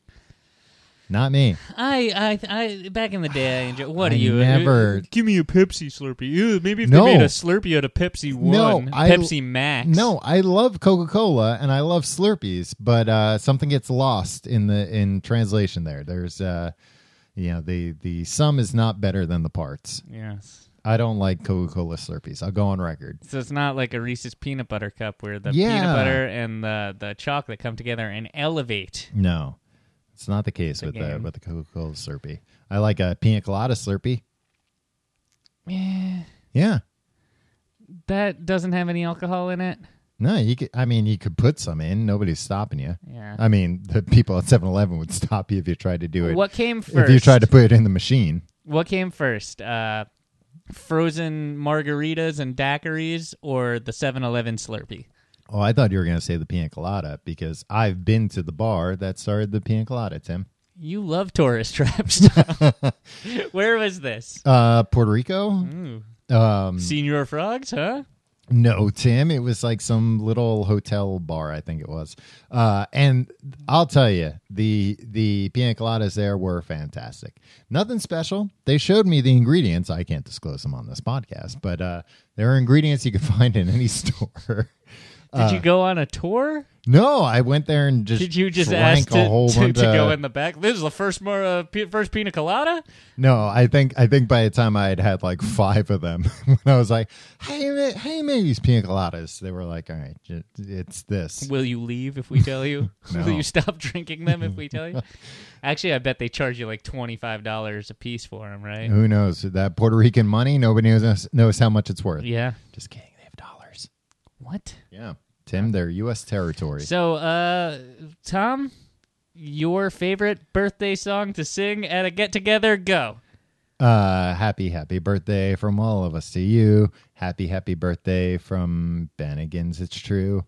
[SPEAKER 2] Not me.
[SPEAKER 1] I, I I back in the day, I enjoyed. What
[SPEAKER 2] I
[SPEAKER 1] are you? uh,
[SPEAKER 2] never-
[SPEAKER 1] give me a Pepsi Slurpee. Ew, maybe if
[SPEAKER 2] No.
[SPEAKER 1] they made a Slurpee out of Pepsi
[SPEAKER 2] No,
[SPEAKER 1] One,
[SPEAKER 2] I-
[SPEAKER 1] Pepsi Max.
[SPEAKER 2] No, I love Coca Cola and I love Slurpees, but uh, something gets lost in the in translation. There, there's, uh, you know, the the sum is not better than the parts.
[SPEAKER 1] Yes.
[SPEAKER 2] I don't like Coca Cola Slurpees. I'll go on record.
[SPEAKER 1] So it's not like a Reese's peanut butter cup where the
[SPEAKER 2] Yeah.
[SPEAKER 1] peanut butter and the, the chocolate come together and elevate.
[SPEAKER 2] No, it's not the case with the
[SPEAKER 1] game.
[SPEAKER 2] with the Coca Cola Slurpee. I like a pina colada Slurpee.
[SPEAKER 1] Eh,
[SPEAKER 2] Yeah.
[SPEAKER 1] that doesn't have any alcohol in it.
[SPEAKER 2] No, you could. I mean, you could put some in. Nobody's stopping you.
[SPEAKER 1] Yeah.
[SPEAKER 2] I mean, the people at 7-Eleven would stop you if you tried to do it.
[SPEAKER 1] what came
[SPEAKER 2] if
[SPEAKER 1] first?
[SPEAKER 2] you tried to put it in the machine?
[SPEAKER 1] What came first? Uh, frozen margaritas and daiquiris or the 7 Eleven Slurpee?
[SPEAKER 2] Oh, I thought you were going to say the pina colada because I've been to the bar that started the pina colada. Tim,
[SPEAKER 1] You love tourist traps. Where was this?
[SPEAKER 2] uh, Puerto Rico?
[SPEAKER 1] Ooh.
[SPEAKER 2] Um,
[SPEAKER 1] Senior frogs, huh?
[SPEAKER 2] no, Tim. It was like some little hotel bar. I think it was. Uh, and I'll tell you, the the pina coladas there were fantastic. Nothing special. They showed me the ingredients. I can't disclose them on this podcast, but uh, there are ingredients you can find in any store.
[SPEAKER 1] Did you go on a tour?
[SPEAKER 2] No, I went there and Uh, just
[SPEAKER 1] Did you just
[SPEAKER 2] drank
[SPEAKER 1] ask to,
[SPEAKER 2] a whole
[SPEAKER 1] to,
[SPEAKER 2] bunch
[SPEAKER 1] to
[SPEAKER 2] of-
[SPEAKER 1] go in the back? This is the first more uh, p- first pina colada.
[SPEAKER 2] No, I think I think by the time I had had like five of them, when I was like, "Hey, ma- hey, make these pina coladas," they were like, "All right, j- it's this."
[SPEAKER 1] Will you leave if we tell you?
[SPEAKER 2] No.
[SPEAKER 1] Will you stop drinking them if we tell you? Actually, I bet they charge you like twenty five dollars a piece for them, right?
[SPEAKER 2] Who knows that Puerto Rican money? Nobody knows knows how much it's worth.
[SPEAKER 1] Yeah.
[SPEAKER 2] Just kidding, they have dollars.
[SPEAKER 1] What?
[SPEAKER 2] Yeah, Tim, they're U.S. territory.
[SPEAKER 1] So, uh, Tom, your favorite birthday song to sing at a get together? Go.
[SPEAKER 2] Uh, happy, happy birthday from all of us to you. Happy, happy birthday from Bennigan's. It's true.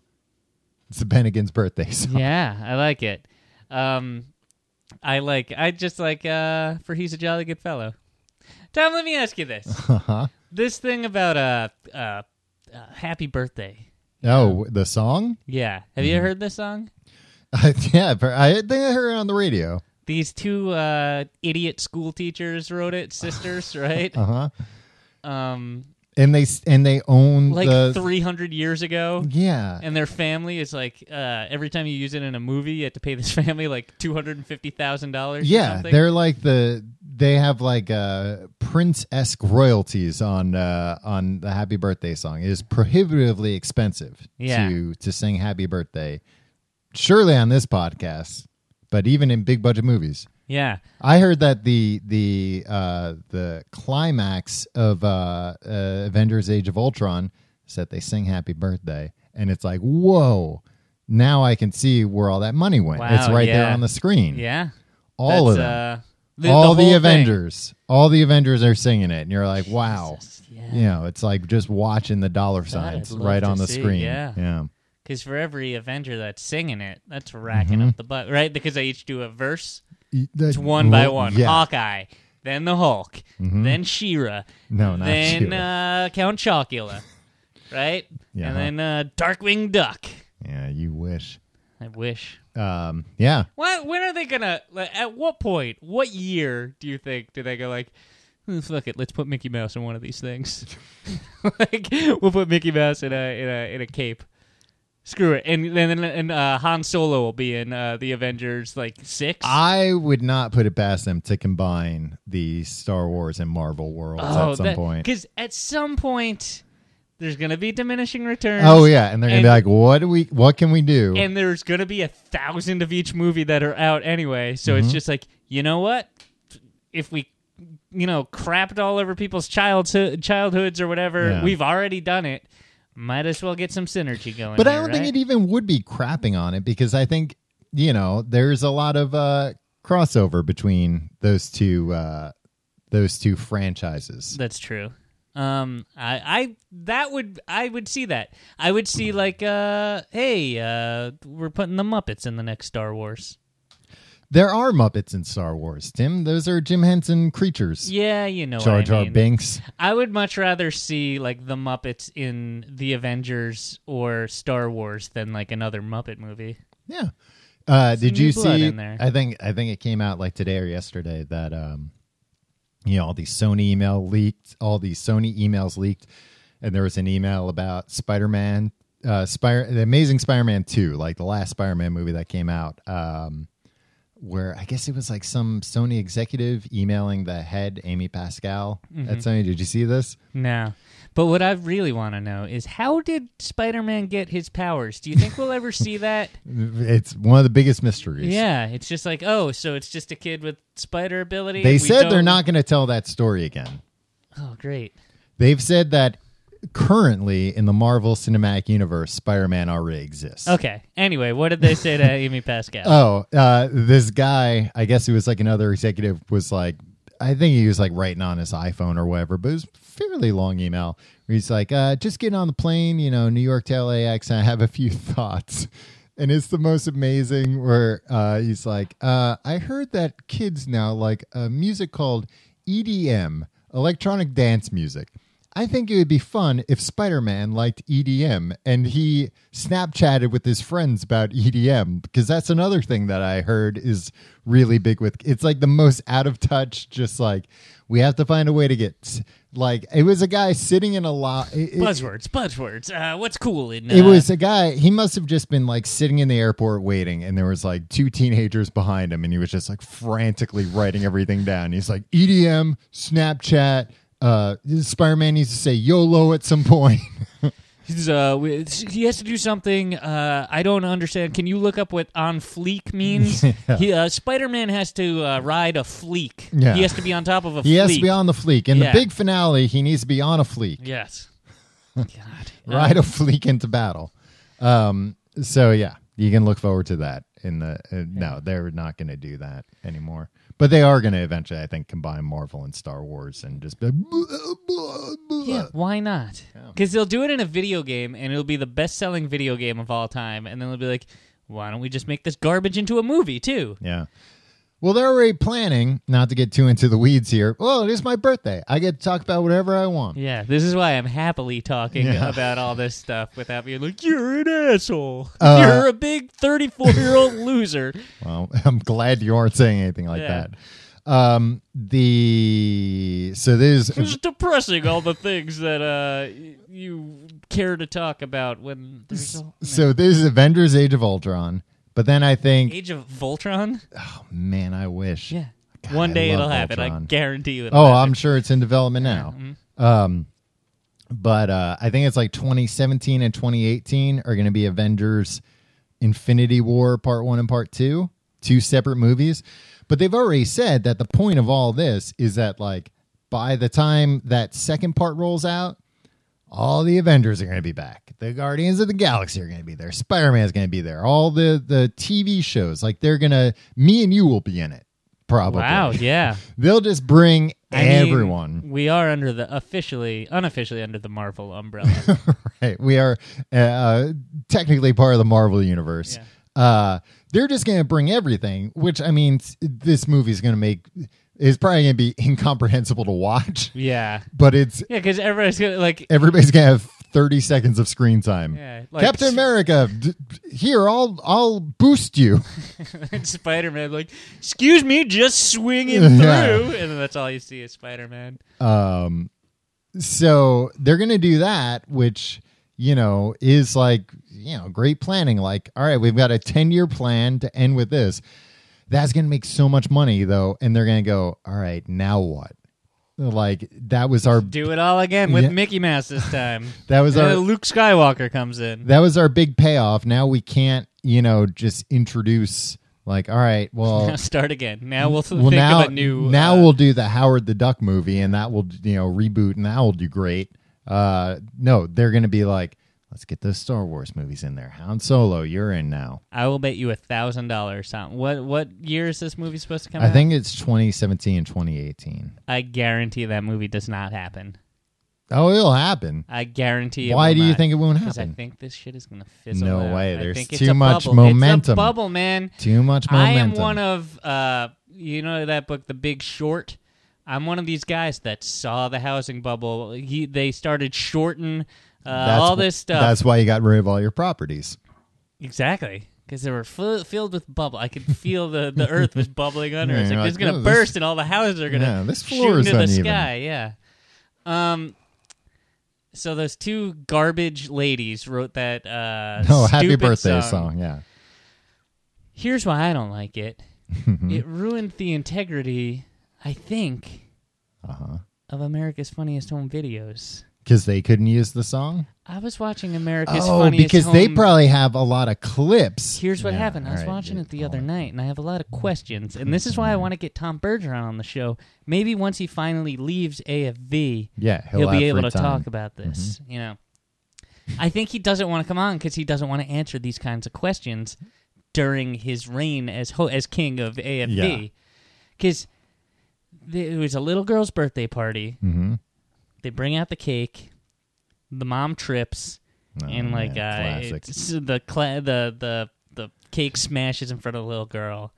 [SPEAKER 2] It's the Bennigan's birthday song.
[SPEAKER 1] Yeah, I like it. Um, I like. I just like. Uh, for he's a jolly good fellow. Tom, let me ask you this.
[SPEAKER 2] Uh-huh.
[SPEAKER 1] this thing about uh, uh, uh, happy birthday.
[SPEAKER 2] Oh, the song?
[SPEAKER 1] Yeah, have
[SPEAKER 2] Mm-hmm.
[SPEAKER 1] you heard this song?
[SPEAKER 2] yeah, I think I heard it on the radio.
[SPEAKER 1] These two uh, idiot school teachers wrote it, sisters, right?
[SPEAKER 2] Uh huh.
[SPEAKER 1] Um,
[SPEAKER 2] and they and they own
[SPEAKER 1] like
[SPEAKER 2] the
[SPEAKER 1] 300 years ago.
[SPEAKER 2] yeah
[SPEAKER 1] and their family is like uh, every time you use it in a movie, you have to pay this family like two hundred and fifty thousand dollars.
[SPEAKER 2] yeah
[SPEAKER 1] something.
[SPEAKER 2] they're like the they have like uh prince esque royalties on uh on the happy birthday song it is prohibitively expensive
[SPEAKER 1] Yeah.
[SPEAKER 2] to to sing happy birthday surely on this podcast but even in big budget movies
[SPEAKER 1] yeah,
[SPEAKER 2] I heard that the the uh, the climax of uh, uh, Avengers: Age of Ultron is that they sing "Happy Birthday," and it's like, whoa! Now I can see where all that money went.
[SPEAKER 1] Wow,
[SPEAKER 2] it's right there
[SPEAKER 1] yeah.
[SPEAKER 2] on the screen.
[SPEAKER 1] yeah.
[SPEAKER 2] all of
[SPEAKER 1] That's, Uh,
[SPEAKER 2] them,
[SPEAKER 1] the,
[SPEAKER 2] all the,
[SPEAKER 1] whole
[SPEAKER 2] Avengers, all the Avengers are singing it, and you're like, wow!
[SPEAKER 1] thing. Yeah,
[SPEAKER 2] You know, it's like just watching the dollar signs
[SPEAKER 1] I'd love
[SPEAKER 2] right
[SPEAKER 1] to
[SPEAKER 2] on the
[SPEAKER 1] see,
[SPEAKER 2] screen.
[SPEAKER 1] yeah.
[SPEAKER 2] yeah. Mm-hmm.
[SPEAKER 1] because for every Avenger that's singing it, that's racking up the butt, right? Because they each do a verse. It's one by one. Hawkeye, then the Hulk, then Shira,
[SPEAKER 2] Mm-hmm. No, not
[SPEAKER 1] then
[SPEAKER 2] She-Ra.
[SPEAKER 1] Uh, Count Chocula, right?
[SPEAKER 2] Yeah.
[SPEAKER 1] And then uh, Darkwing Duck.
[SPEAKER 2] Yeah, you wish.
[SPEAKER 1] I wish.
[SPEAKER 2] Um, yeah,
[SPEAKER 1] Why, when are they gonna? Like, at what point? What year do you think do they go like? "Hmm, Fuck it, let's put Mickey Mouse in one of these things. like we'll put Mickey Mouse in a in a in a cape. Screw it, and then and, uh, Han Solo will be in uh, the Avengers like six.
[SPEAKER 2] I would not put it past them to combine the Star Wars and Marvel worlds
[SPEAKER 1] Oh,
[SPEAKER 2] at some point.
[SPEAKER 1] Because at some point, there's going to be diminishing returns.
[SPEAKER 2] Oh yeah, and they're gonna
[SPEAKER 1] and-
[SPEAKER 2] be like, "What do we? What can we do?"
[SPEAKER 1] And there's going to be a thousand of each movie that are out anyway. So
[SPEAKER 2] Mm-hmm.
[SPEAKER 1] it's just like, you know what? If we, you know, crapped all over people's childhood, childhoods or whatever,
[SPEAKER 2] Yeah.
[SPEAKER 1] we've already done it. Might as well get some synergy going.
[SPEAKER 2] but I
[SPEAKER 1] here,
[SPEAKER 2] don't
[SPEAKER 1] right?
[SPEAKER 2] think it even would be crapping on it because I think you know there's a lot of uh, crossover between those two uh, those two franchises.
[SPEAKER 1] That's true. Um, I, I that would I would see that. I would see like, uh, hey, uh, we're putting the Muppets in the next Star Wars.
[SPEAKER 2] There are Muppets in Star Wars, Tim. Those are Jim Henson creatures.
[SPEAKER 1] Yeah, you know
[SPEAKER 2] Jar
[SPEAKER 1] what I
[SPEAKER 2] Jar
[SPEAKER 1] mean.
[SPEAKER 2] Binks.
[SPEAKER 1] I would much rather see like the Muppets in the Avengers or Star Wars than like another Muppet movie.
[SPEAKER 2] Yeah. Uh, did
[SPEAKER 1] new
[SPEAKER 2] you
[SPEAKER 1] blood
[SPEAKER 2] see?
[SPEAKER 1] in there.
[SPEAKER 2] I think I think it came out like today or yesterday that um, you know all these Sony email leaked, all these Sony emails leaked, and there was an email about Spider Man, uh, Spire, the Amazing Spider Man two, like the last Spider Man movie that came out. Um, where I guess it was like some Sony executive emailing the head Amy Pascal
[SPEAKER 1] Mm-hmm.
[SPEAKER 2] at Sony. Did you see this?
[SPEAKER 1] No. But what I really want to know is how did Spider-Man get his powers? Do you think we'll ever see that?
[SPEAKER 2] It's one of the biggest mysteries.
[SPEAKER 1] yeah, it's just like, oh, so it's just a kid with spider ability.
[SPEAKER 2] They
[SPEAKER 1] and we
[SPEAKER 2] said they're
[SPEAKER 1] don't-
[SPEAKER 2] not going to tell that story again.
[SPEAKER 1] Oh, great.
[SPEAKER 2] They've said that currently in the Marvel Cinematic Universe, Spider Man already exists.
[SPEAKER 1] Okay. Anyway, what did they say to Amy Pascal?
[SPEAKER 2] Oh, uh, this guy, I guess it was like another executive, was like, I think he was like writing on his iPhone or whatever, but it was a fairly long email. Where he's like, uh, just getting on the plane, you know, New York to LAX, and I have a few thoughts. And it's the most amazing where uh, he's like, uh, I heard that kids now like a music called EDM, electronic dance music. I think it would be fun if Spider Man liked EDM and he Snapchatted with his friends about E EDM because that's another thing that I heard is really big with. It's like the most out of touch, just like we have to find a way to get. Like it was a guy sitting in a lot. It, it-
[SPEAKER 1] buzzwords, buzzwords. Uh, what's cool in uh,
[SPEAKER 2] it was a guy. He must have just been like sitting in the airport waiting, and there was like two teenagers behind him, and he was just like frantically writing everything down. He's like EDM, Snapchat. Uh, Spider Man needs to say YOLO at some point.
[SPEAKER 1] He's, uh, we- he has to do something. Uh, I don't understand. Can you look up what on fleek means? He, uh, Spider-Man has to uh, ride a fleek.
[SPEAKER 2] Yeah.
[SPEAKER 1] He has to be on top of a
[SPEAKER 2] he
[SPEAKER 1] fleek.
[SPEAKER 2] has to be on the fleek. In
[SPEAKER 1] Yeah.
[SPEAKER 2] the big finale, he needs to be on a fleek,
[SPEAKER 1] Yes. God. Uh,
[SPEAKER 2] ride a fleek into battle. Um, so yeah, you can look forward to that. In the uh, no, they're not going to do that anymore. But they are going to eventually, I think, combine Marvel and Star Wars and just be like, "Blah, blah, blah."
[SPEAKER 1] Yeah, why not? Because they'll do it in a video game, and it'll be the best-selling video game of all time, and then they'll be like, why don't we just make this garbage into a movie, too?
[SPEAKER 2] Yeah. Well, they're already planning not to get too into the weeds here. Well, it is my birthday. I get to talk about whatever I want.
[SPEAKER 1] Yeah, this is why I'm happily talking
[SPEAKER 2] Yeah.
[SPEAKER 1] about all this stuff without being like, you're an asshole.
[SPEAKER 2] Uh,
[SPEAKER 1] you're a big 34-year-old loser.
[SPEAKER 2] Well, I'm glad you aren't saying anything like
[SPEAKER 1] Yeah.
[SPEAKER 2] that. Um, the so this
[SPEAKER 1] It's depressing all the things that uh, y- you care to talk about when there's a
[SPEAKER 2] so this is Avengers: Age of Ultron. But then I think,
[SPEAKER 1] Age of Voltron.
[SPEAKER 2] oh, man, I wish.
[SPEAKER 1] Yeah,
[SPEAKER 2] God,
[SPEAKER 1] one
[SPEAKER 2] I
[SPEAKER 1] day it'll
[SPEAKER 2] love
[SPEAKER 1] happen. I
[SPEAKER 2] Voltron.
[SPEAKER 1] guarantee you. It'll
[SPEAKER 2] Oh,
[SPEAKER 1] happen.
[SPEAKER 2] I'm sure it's in development now. Um, but uh, I think it's like 2017 and 2018 are going to be Avengers Infinity War Part 1 and Part 2, two separate movies. But they've already said that the point of all this is that, like, by the time that second part rolls out, all the Avengers are going to be back. The Guardians of the Galaxy are going to be there. Spider Man's going to be there. All the, the TV shows, like, they're going to, me and you will be in it, probably.
[SPEAKER 1] wow. Yeah,
[SPEAKER 2] They'll just bring
[SPEAKER 1] I mean,
[SPEAKER 2] everyone.
[SPEAKER 1] we are under the officially, unofficially under the Marvel umbrella.
[SPEAKER 2] right. We are uh, technically part of the Marvel universe. Uh, They're just going to bring everything, which I mean, s- this movie's going to make is probably going to be incomprehensible to watch,
[SPEAKER 1] Yeah.
[SPEAKER 2] but it's
[SPEAKER 1] Yeah, because everybody's gonna like
[SPEAKER 2] everybody's going to have 30 seconds of screen time.
[SPEAKER 1] Yeah, like-
[SPEAKER 2] Captain America, d- d- here I'll I'll boost you.
[SPEAKER 1] Spider Man, like, excuse me, just swinging through,
[SPEAKER 2] Yeah.
[SPEAKER 1] and then that's all you see is Spider Man.
[SPEAKER 2] Um, so they're going to do that, which you know is like you know great planning. Like, all right, we've got a ten-year plan to end with this. That's going to make so much money though, and they're going to go, all right, now what? Like that was our
[SPEAKER 1] Do it all again with
[SPEAKER 2] Yeah.
[SPEAKER 1] Mickey Mouse this time.
[SPEAKER 2] that was
[SPEAKER 1] and then
[SPEAKER 2] our
[SPEAKER 1] Luke Skywalker comes in.
[SPEAKER 2] that was our big payoff. Now we can't you know just introduce like all right, well.
[SPEAKER 1] Now start again. Now we'll, th-
[SPEAKER 2] Well,
[SPEAKER 1] think
[SPEAKER 2] now,
[SPEAKER 1] of a new.
[SPEAKER 2] now
[SPEAKER 1] uh,
[SPEAKER 2] we'll do the Howard the Duck movie, and that will you know reboot, and that will do great. Uh, no, they're going to be like, let's get those Star Wars movies in there. Han Solo, you're in now.
[SPEAKER 1] I will bet you a thousand dollars on what what year is this movie supposed to come
[SPEAKER 2] I
[SPEAKER 1] out?
[SPEAKER 2] think it's 2017 and 2018.
[SPEAKER 1] I guarantee that movie does not happen.
[SPEAKER 2] Oh, it'll happen.
[SPEAKER 1] I guarantee. It
[SPEAKER 2] Why
[SPEAKER 1] will
[SPEAKER 2] do you
[SPEAKER 1] not.
[SPEAKER 2] think it won't
[SPEAKER 1] 'Cause I
[SPEAKER 2] happen?
[SPEAKER 1] think this shit is gonna fizzle.
[SPEAKER 2] No
[SPEAKER 1] out.
[SPEAKER 2] way.
[SPEAKER 1] I
[SPEAKER 2] There's
[SPEAKER 1] think it's
[SPEAKER 2] too
[SPEAKER 1] a
[SPEAKER 2] much
[SPEAKER 1] bubble. It's a
[SPEAKER 2] momentum.
[SPEAKER 1] bubble, man.
[SPEAKER 2] Too much
[SPEAKER 1] I
[SPEAKER 2] momentum.
[SPEAKER 1] am one of uh, you know that book, The Big Short. I'm one of these guys that saw the housing bubble. He they started shorting uh,
[SPEAKER 2] That's
[SPEAKER 1] all
[SPEAKER 2] wh-
[SPEAKER 1] this stuff.
[SPEAKER 2] That's why you got rid of all your properties.
[SPEAKER 1] Exactly. Because they were fu- filled with bubble. I could feel the, the earth was bubbling under
[SPEAKER 2] Yeah,
[SPEAKER 1] us. Like,
[SPEAKER 2] you're like,
[SPEAKER 1] it's going to
[SPEAKER 2] "Oh, this-
[SPEAKER 1] burst and all the houses are going to
[SPEAKER 2] Yeah, this
[SPEAKER 1] shoot
[SPEAKER 2] floor is
[SPEAKER 1] into the
[SPEAKER 2] uneven.
[SPEAKER 1] sky. Yeah. Um. So those two garbage ladies wrote that. Uh,
[SPEAKER 2] Oh, happy
[SPEAKER 1] stupid
[SPEAKER 2] birthday
[SPEAKER 1] song.
[SPEAKER 2] song. Yeah.
[SPEAKER 1] Here's why I don't like it. It ruined the integrity, I think,
[SPEAKER 2] Uh huh.
[SPEAKER 1] of America's Funniest Home Videos.
[SPEAKER 2] Because they couldn't use the song.
[SPEAKER 1] I was watching America's
[SPEAKER 2] Oh,
[SPEAKER 1] Funniest
[SPEAKER 2] because they
[SPEAKER 1] Home
[SPEAKER 2] probably have a lot of clips.
[SPEAKER 1] Here's what
[SPEAKER 2] Yeah,
[SPEAKER 1] happened. I
[SPEAKER 2] all
[SPEAKER 1] was
[SPEAKER 2] right, Mm-hmm.
[SPEAKER 1] watching
[SPEAKER 2] yeah,
[SPEAKER 1] it the
[SPEAKER 2] hold
[SPEAKER 1] other
[SPEAKER 2] on.
[SPEAKER 1] night, and I have a lot of questions. And this is why I want to get Tom Bergeron on the show. Maybe once he finally leaves AFV,
[SPEAKER 2] Yeah,
[SPEAKER 1] he'll,
[SPEAKER 2] have
[SPEAKER 1] be able to
[SPEAKER 2] free time. Mm-hmm.
[SPEAKER 1] talk about this. You know, I think he doesn't want to come on because he doesn't want to answer these kinds of questions during his reign as ho- as king of
[SPEAKER 2] Yeah.
[SPEAKER 1] AFV. Because it was a little girl's birthday party.
[SPEAKER 2] Mhm.
[SPEAKER 1] They bring out the cake. The mom trips
[SPEAKER 2] Oh,
[SPEAKER 1] and like
[SPEAKER 2] man,
[SPEAKER 1] uh,
[SPEAKER 2] classic.
[SPEAKER 1] it's the cla- the the the cake smashes in front of the little girl,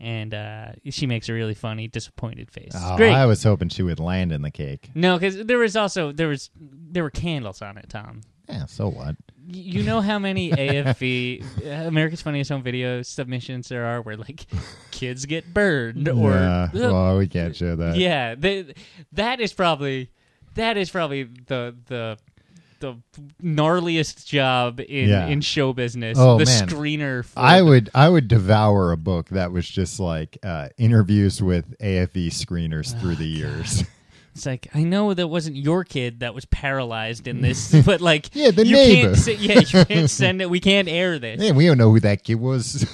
[SPEAKER 1] and uh, she makes a really funny disappointed face. It's
[SPEAKER 2] Oh,
[SPEAKER 1] Great.
[SPEAKER 2] I was hoping she would land in the cake.
[SPEAKER 1] no, because there was also there was there were candles on it, Tom.
[SPEAKER 2] Yeah, so what?
[SPEAKER 1] Y- You know how many AFV uh, America's Funniest Home Video submissions there are where like kids get burned or
[SPEAKER 2] yeah,
[SPEAKER 1] Ugh.
[SPEAKER 2] well, we can't show that.
[SPEAKER 1] yeah they, that is probably that is probably the the the gnarliest job in
[SPEAKER 2] Yeah.
[SPEAKER 1] in show business
[SPEAKER 2] Oh,
[SPEAKER 1] the
[SPEAKER 2] man.
[SPEAKER 1] screener for
[SPEAKER 2] I
[SPEAKER 1] the-
[SPEAKER 2] would I would devour a book that was just like uh, interviews with AFE
[SPEAKER 1] Oh,
[SPEAKER 2] screeners through the years.
[SPEAKER 1] it's like i know that wasn't your kid that was paralyzed in this but like
[SPEAKER 2] Yeah, the
[SPEAKER 1] you
[SPEAKER 2] neighbor.
[SPEAKER 1] can't say, yeah you can't send it we can't air this
[SPEAKER 2] Man, we don't know who that kid was.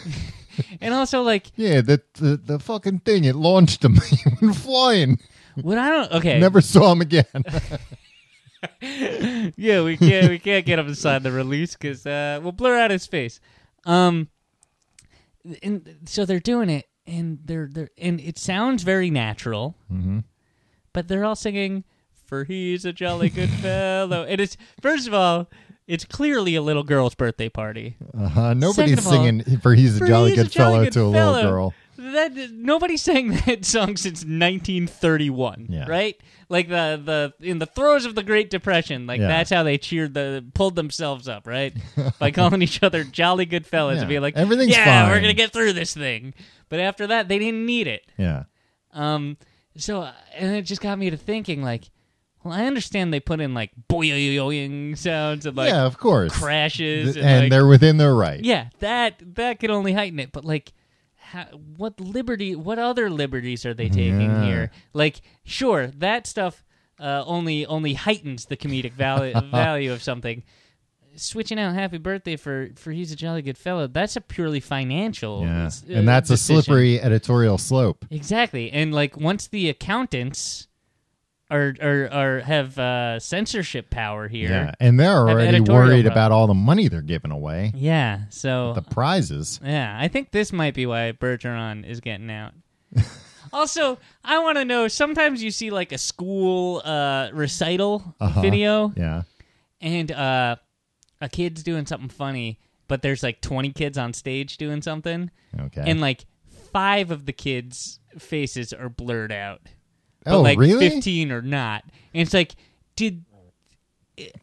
[SPEAKER 1] and also like
[SPEAKER 2] yeah, the, the the fucking thing it launched him He went flying.
[SPEAKER 1] what i don't okay
[SPEAKER 2] Never saw him again.
[SPEAKER 1] yeah, we can't we can't get him to sign the release because uh, we'll blur out his face. Um, and so they're doing it, and they're they're and it sounds very natural, but they're all singing "For He's a Jolly Good Fellow," and it's first of all, it's clearly a little girl's birthday party.
[SPEAKER 2] Uh, nobody's
[SPEAKER 1] Second of all,
[SPEAKER 2] singing for he's a
[SPEAKER 1] "For
[SPEAKER 2] jolly
[SPEAKER 1] he's a
[SPEAKER 2] good fellow
[SPEAKER 1] good
[SPEAKER 2] to a
[SPEAKER 1] fellow."
[SPEAKER 2] little girl.
[SPEAKER 1] That nobody sang that song since 1931,
[SPEAKER 2] Yeah.
[SPEAKER 1] right? Like the the in the throes of the Great Depression, like
[SPEAKER 2] Yeah.
[SPEAKER 1] that's how they cheered the pulled themselves up, right? By calling each other jolly good fellas and
[SPEAKER 2] Yeah.
[SPEAKER 1] being like,
[SPEAKER 2] Everything's
[SPEAKER 1] yeah, we're
[SPEAKER 2] fine."
[SPEAKER 1] gonna get through this thing." But after that, they didn't need it.
[SPEAKER 2] Yeah.
[SPEAKER 1] Um, so uh, and it just got me to thinking, like, well, I understand they put in like boing sounds and like
[SPEAKER 2] yeah, of course.
[SPEAKER 1] crashes
[SPEAKER 2] Th-
[SPEAKER 1] and,
[SPEAKER 2] and
[SPEAKER 1] like,
[SPEAKER 2] they're within their right.
[SPEAKER 1] yeah, that that could only heighten it. But like, how, what liberty? What other liberties are they taking
[SPEAKER 2] Yeah.
[SPEAKER 1] here? Like, sure, that stuff uh, only only heightens the comedic value value of something. Switching out "Happy Birthday" for for "He's a Jolly Good Fellow" that's a purely financial,
[SPEAKER 2] Yeah.
[SPEAKER 1] s- uh,
[SPEAKER 2] And that's a
[SPEAKER 1] decision.
[SPEAKER 2] slippery editorial slope.
[SPEAKER 1] Exactly, and like once the accountants are are, are have uh, censorship power here.
[SPEAKER 2] Yeah, and they're already
[SPEAKER 1] editorial
[SPEAKER 2] worried
[SPEAKER 1] problem.
[SPEAKER 2] about all the money they're giving away,
[SPEAKER 1] Yeah, so
[SPEAKER 2] the prizes.
[SPEAKER 1] Yeah, I think this might be why Bergeron is getting out. also, I want to know. Sometimes you see like a school uh, recital
[SPEAKER 2] Uh-huh.
[SPEAKER 1] video,
[SPEAKER 2] Yeah,
[SPEAKER 1] and uh, a kid's doing something funny, but there's like 20 kids on stage doing something,
[SPEAKER 2] Okay.
[SPEAKER 1] and like five of the kids' faces are blurred out. But
[SPEAKER 2] oh,
[SPEAKER 1] like
[SPEAKER 2] really?
[SPEAKER 1] 15 or not. And it's like, did.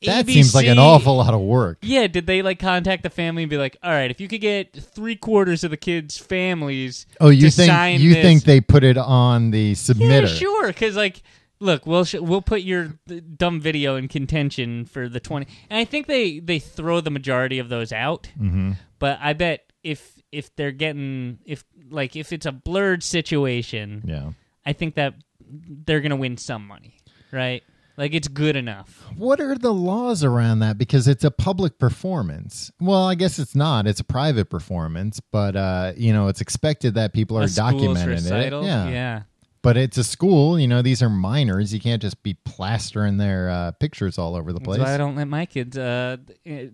[SPEAKER 2] that seems like an awful lot of work.
[SPEAKER 1] Yeah, did they like contact the family and be like, "All right, if you could get three quarters of the kids' families,
[SPEAKER 2] Oh, you
[SPEAKER 1] to
[SPEAKER 2] think
[SPEAKER 1] sign
[SPEAKER 2] you
[SPEAKER 1] this-
[SPEAKER 2] think they put it on the
[SPEAKER 1] yeah,
[SPEAKER 2] submitter?
[SPEAKER 1] sure, because like, look, we'll sh- we'll put your th- dumb video in contention for the twenty, and I think they they throw the majority of those out.
[SPEAKER 2] hmm
[SPEAKER 1] But I bet if if they're getting if like if it's a blurred situation,
[SPEAKER 2] Yeah.
[SPEAKER 1] I think that they're gonna win some money, right? Like it's good enough.
[SPEAKER 2] What are the laws around that? Because it's a public performance. Well, I guess it's not. It's a private performance, but uh, you know, it's expected that people are
[SPEAKER 1] A school's
[SPEAKER 2] documented.
[SPEAKER 1] recital,
[SPEAKER 2] It. Yeah.
[SPEAKER 1] yeah.
[SPEAKER 2] But it's a school. You know, these are minors. You can't just be plastering their uh, pictures all over the place.
[SPEAKER 1] That's why I don't let my kids uh, eh,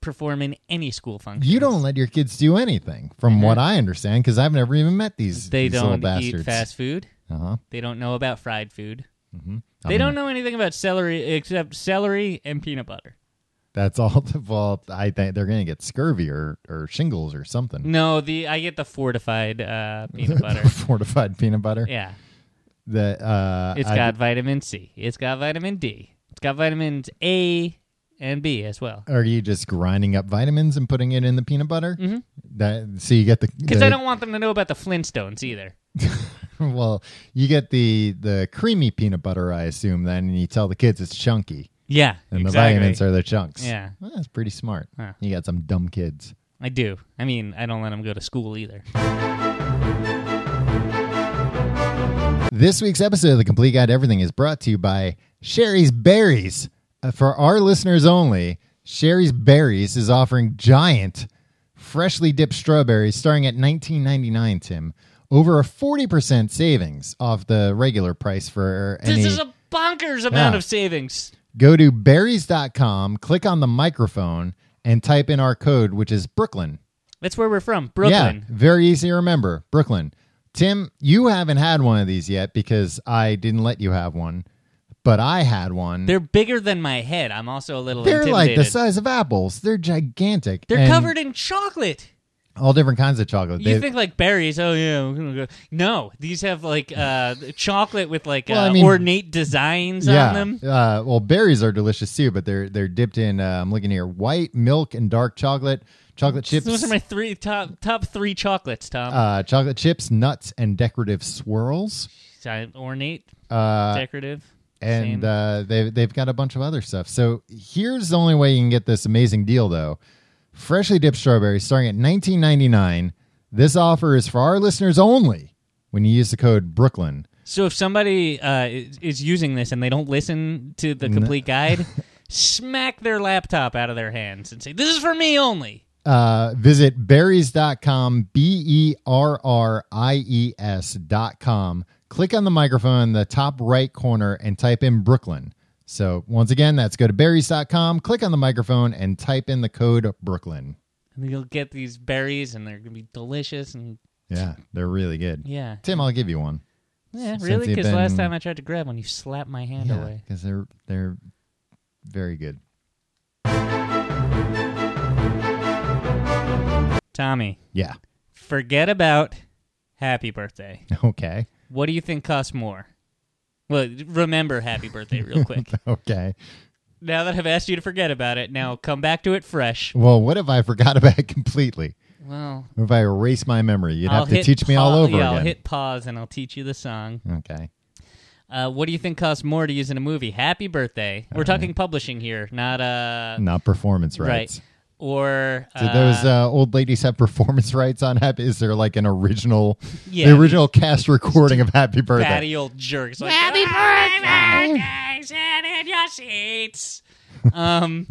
[SPEAKER 1] perform in any school function.
[SPEAKER 2] you don't let your kids do anything, from what I understand, because I've never even met these.
[SPEAKER 1] Mm-hmm. They
[SPEAKER 2] these
[SPEAKER 1] don't
[SPEAKER 2] little bastards.
[SPEAKER 1] eat fast food.
[SPEAKER 2] Uh-huh. Mm-hmm.
[SPEAKER 1] They don't know about fried food.
[SPEAKER 2] I
[SPEAKER 1] They
[SPEAKER 2] mean,
[SPEAKER 1] don't know anything about celery except celery and peanut butter.
[SPEAKER 2] That's all the fault. I think they're going to get scurvy or, or shingles or something.
[SPEAKER 1] No, the I get the fortified uh, peanut butter.
[SPEAKER 2] Fortified peanut butter.
[SPEAKER 1] yeah,
[SPEAKER 2] That uh,
[SPEAKER 1] it's
[SPEAKER 2] I-
[SPEAKER 1] got vitamin C. It's got vitamin D. It's got vitamins A and B as well.
[SPEAKER 2] Are you just grinding up vitamins and putting it in the peanut butter? Mm-hmm. That so you get the
[SPEAKER 1] Because
[SPEAKER 2] the-
[SPEAKER 1] I don't want them to know about the Flintstones either.
[SPEAKER 2] well, you get the the creamy peanut butter, I assume. Then and you tell the kids it's chunky,
[SPEAKER 1] Yeah,
[SPEAKER 2] and
[SPEAKER 1] exactly.
[SPEAKER 2] the vitamins are the chunks.
[SPEAKER 1] Yeah.
[SPEAKER 2] Well, that's pretty smart.
[SPEAKER 1] Huh.
[SPEAKER 2] You got some dumb kids.
[SPEAKER 1] I do. I mean, I don't let them go to school either.
[SPEAKER 2] This week's episode of the Complete Guide to Everything is brought to you by Sherry's Berries. Uh, for our listeners only, Sherry's Berries is offering giant, freshly dipped strawberries starting at $19.99, Tim. Over a 40% savings off the regular price for any.
[SPEAKER 1] This is a bonkers amount
[SPEAKER 2] Yeah.
[SPEAKER 1] of savings.
[SPEAKER 2] Go to berries.com, click on the microphone, and type in our code, which is Brooklyn.
[SPEAKER 1] That's where we're from, Brooklyn.
[SPEAKER 2] Yeah, very easy to remember. Brooklyn. Tim, you haven't had one of these yet because I didn't let you have one, but I had one.
[SPEAKER 1] They're bigger than my head. I'm also a little
[SPEAKER 2] They're like
[SPEAKER 1] intimidated.
[SPEAKER 2] the size of apples. They're gigantic.
[SPEAKER 1] They're
[SPEAKER 2] and
[SPEAKER 1] covered in chocolate.
[SPEAKER 2] all different kinds of chocolate.
[SPEAKER 1] You
[SPEAKER 2] They-
[SPEAKER 1] think like berries? Oh yeah, we're gonna go. No, these have like uh, chocolate with like
[SPEAKER 2] Well,
[SPEAKER 1] uh,
[SPEAKER 2] I mean-
[SPEAKER 1] ornate designs on
[SPEAKER 2] yeah.
[SPEAKER 1] them.
[SPEAKER 2] Uh, well, berries are delicious too, but they're they're dipped in. Uh, I'm looking here: white milk and dark chocolate, chocolate chips,
[SPEAKER 1] Those are my three top top three chocolates, Tom.
[SPEAKER 2] uh, chocolate chips, nuts, and decorative swirls.
[SPEAKER 1] So, ornate,
[SPEAKER 2] Uh,
[SPEAKER 1] decorative,
[SPEAKER 2] and
[SPEAKER 1] same.
[SPEAKER 2] uh, they've they've got a bunch of other stuff. So here's the only way you can get this amazing deal, though: freshly dipped strawberries starting at 19.99. This offer is for our listeners only. When you use the code Brooklyn,
[SPEAKER 1] so if somebody uh, is, is using this and they don't listen to the complete guide, smack their laptop out of their hands and say, "This is for me only."
[SPEAKER 2] uh, visit berries.com, B E R R I E S.com. Click on the microphone in the top right corner and type in Brooklyn. So once again, that's go to berries.com, click on the microphone, and type in the code Brooklyn.
[SPEAKER 1] And you'll get these berries, and they're gonna be delicious. And
[SPEAKER 2] Yeah, they're really good.
[SPEAKER 1] yeah,
[SPEAKER 2] Tim, I'll give you one.
[SPEAKER 1] yeah,
[SPEAKER 2] Since
[SPEAKER 1] really?
[SPEAKER 2] you've
[SPEAKER 1] Because last
[SPEAKER 2] been-
[SPEAKER 1] time I tried to grab one, you slapped my hand
[SPEAKER 2] Yeah,
[SPEAKER 1] away.
[SPEAKER 2] because they're they're very good.
[SPEAKER 1] Tommy,
[SPEAKER 2] Yeah.
[SPEAKER 1] forget about happy birthday.
[SPEAKER 2] Okay.
[SPEAKER 1] What do you think costs more? Well, remember happy birthday real quick.
[SPEAKER 2] Okay.
[SPEAKER 1] now that I've asked you to forget about it, now come back to it fresh.
[SPEAKER 2] Well, what if I forgot about it completely?
[SPEAKER 1] Well,
[SPEAKER 2] What if I erase my memory? You'd
[SPEAKER 1] I'll
[SPEAKER 2] have to
[SPEAKER 1] hit
[SPEAKER 2] teach me
[SPEAKER 1] pa-
[SPEAKER 2] all over
[SPEAKER 1] yeah, I'll
[SPEAKER 2] again.
[SPEAKER 1] hit pause and I'll teach you the song.
[SPEAKER 2] okay.
[SPEAKER 1] Uh, what do you think costs more to use in a movie? Happy birthday.
[SPEAKER 2] Uh,
[SPEAKER 1] We're talking publishing here, not uh
[SPEAKER 2] Not performance
[SPEAKER 1] right.
[SPEAKER 2] rights.
[SPEAKER 1] Or
[SPEAKER 2] Do
[SPEAKER 1] uh,
[SPEAKER 2] those uh, old ladies have performance rights on Happy? Is there like an original,
[SPEAKER 1] Yeah,
[SPEAKER 2] the original cast recording of Happy Birthday?
[SPEAKER 1] batty old jerks. Like, Happy birthday! Sit in your seats. um,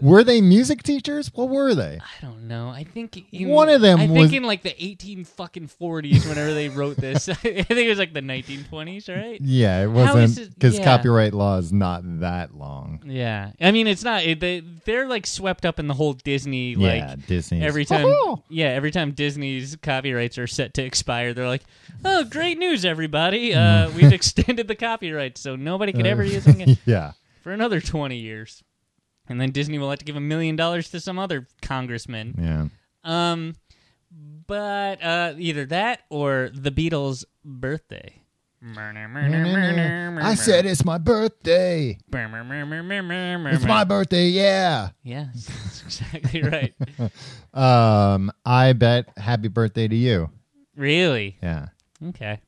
[SPEAKER 2] Were they music teachers? What were they?
[SPEAKER 1] I don't know. I think in,
[SPEAKER 2] One of them
[SPEAKER 1] I
[SPEAKER 2] was-
[SPEAKER 1] think in like the eighteen fucking forties. Whenever they wrote this, I think it was like the nineteen twenties. Right?
[SPEAKER 2] Yeah, it
[SPEAKER 1] How is
[SPEAKER 2] wasn't
[SPEAKER 1] it-
[SPEAKER 2] because
[SPEAKER 1] yeah.
[SPEAKER 2] copyright law is not that long.
[SPEAKER 1] Yeah. I mean, it's not. It, they they're like swept up in the whole Disney like.
[SPEAKER 2] yeah, Oh, Disney.
[SPEAKER 1] Every time, yeah, every time Disney's copyrights are set to expire, they're like, "Oh, great news, everybody!
[SPEAKER 2] Mm.
[SPEAKER 1] Uh, we've
[SPEAKER 2] Oh.
[SPEAKER 1] extended the copyrights, so nobody could ever use it again
[SPEAKER 2] yeah.
[SPEAKER 1] for another twenty years." and then Disney will have to give a million dollars to some other congressman.
[SPEAKER 2] Yeah.
[SPEAKER 1] Um, but uh, either that or the Beatles' birthday.
[SPEAKER 2] I said it's my birthday. It's
[SPEAKER 1] it's
[SPEAKER 2] my birthday, yeah.
[SPEAKER 1] Yes, that's exactly right.
[SPEAKER 2] Um, I bet happy birthday to you.
[SPEAKER 1] really?
[SPEAKER 2] Yeah.
[SPEAKER 1] Okay.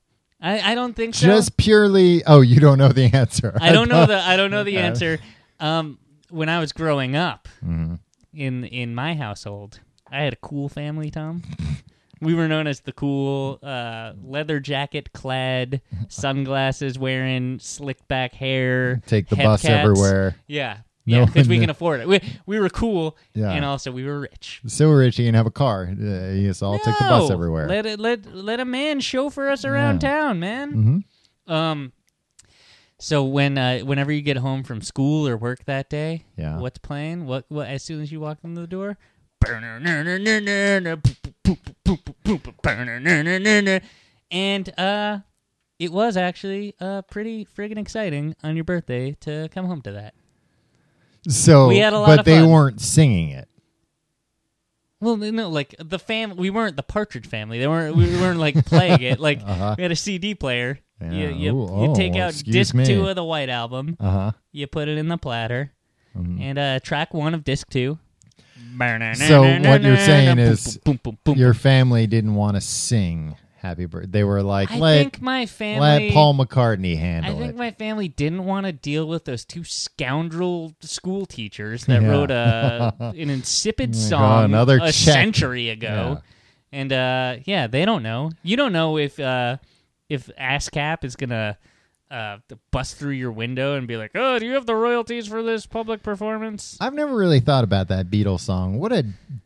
[SPEAKER 1] I, I don't think so.
[SPEAKER 2] Just purely oh, you don't know the answer.
[SPEAKER 1] I don't know the I don't know the answer. Um, when I was growing up
[SPEAKER 2] Mm-hmm.
[SPEAKER 1] in in my household, I had a cool family, Tom. We were known as the cool, uh, leather jacket clad, sunglasses wearing, slick back hair.
[SPEAKER 2] Take the
[SPEAKER 1] head
[SPEAKER 2] bus
[SPEAKER 1] caps.
[SPEAKER 2] everywhere.
[SPEAKER 1] Yeah,
[SPEAKER 2] No
[SPEAKER 1] yeah, because we
[SPEAKER 2] one-
[SPEAKER 1] can afford it. We we were cool,
[SPEAKER 2] Yeah.
[SPEAKER 1] and also we were rich.
[SPEAKER 2] So Richie and have a car. Uh, yes, I'll take the bus
[SPEAKER 1] No!
[SPEAKER 2] everywhere.
[SPEAKER 1] Let it let let a man chauffeur us around town, man.
[SPEAKER 2] Mm-hmm.
[SPEAKER 1] Um. So when uh, whenever you get home from school or work that day,
[SPEAKER 2] Yeah.
[SPEAKER 1] what's playing? What what? As soon as you walk into the door, and uh, it was actually uh pretty friggin' exciting on your birthday to come home to that.
[SPEAKER 2] So,
[SPEAKER 1] We had a lot
[SPEAKER 2] but
[SPEAKER 1] of
[SPEAKER 2] they
[SPEAKER 1] fun.
[SPEAKER 2] weren't singing it.
[SPEAKER 1] Well, no, like the fam, we weren't the Partridge Family. They weren't. We weren't like playing it. Like we had a CD player. You,
[SPEAKER 2] Uh-huh. Yeah.
[SPEAKER 1] you,
[SPEAKER 2] Ooh,
[SPEAKER 1] you
[SPEAKER 2] oh,
[SPEAKER 1] take out
[SPEAKER 2] excuse
[SPEAKER 1] disc
[SPEAKER 2] me.
[SPEAKER 1] two of the White Album.
[SPEAKER 2] Uh huh.
[SPEAKER 1] You put it in the platter, and uh, track one of disc two.
[SPEAKER 2] So what you're saying is Your family didn't want to sing "Happy Birthday." They were like,
[SPEAKER 1] I
[SPEAKER 2] "Let
[SPEAKER 1] think my family.
[SPEAKER 2] let Paul McCartney
[SPEAKER 1] I
[SPEAKER 2] handle
[SPEAKER 1] think
[SPEAKER 2] it."
[SPEAKER 1] my family didn't want to deal with those two scoundrel school teachers that
[SPEAKER 2] Yeah.
[SPEAKER 1] wrote a an insipid
[SPEAKER 2] God,
[SPEAKER 1] song
[SPEAKER 2] another
[SPEAKER 1] a
[SPEAKER 2] check.
[SPEAKER 1] century ago, and uh, yeah, they don't know. You don't know if uh, if ASCAP is gonna uh, bust through your window and be like, "Oh, do you have the royalties for this public performance?"
[SPEAKER 2] I've never really thought about that Beatles song. What a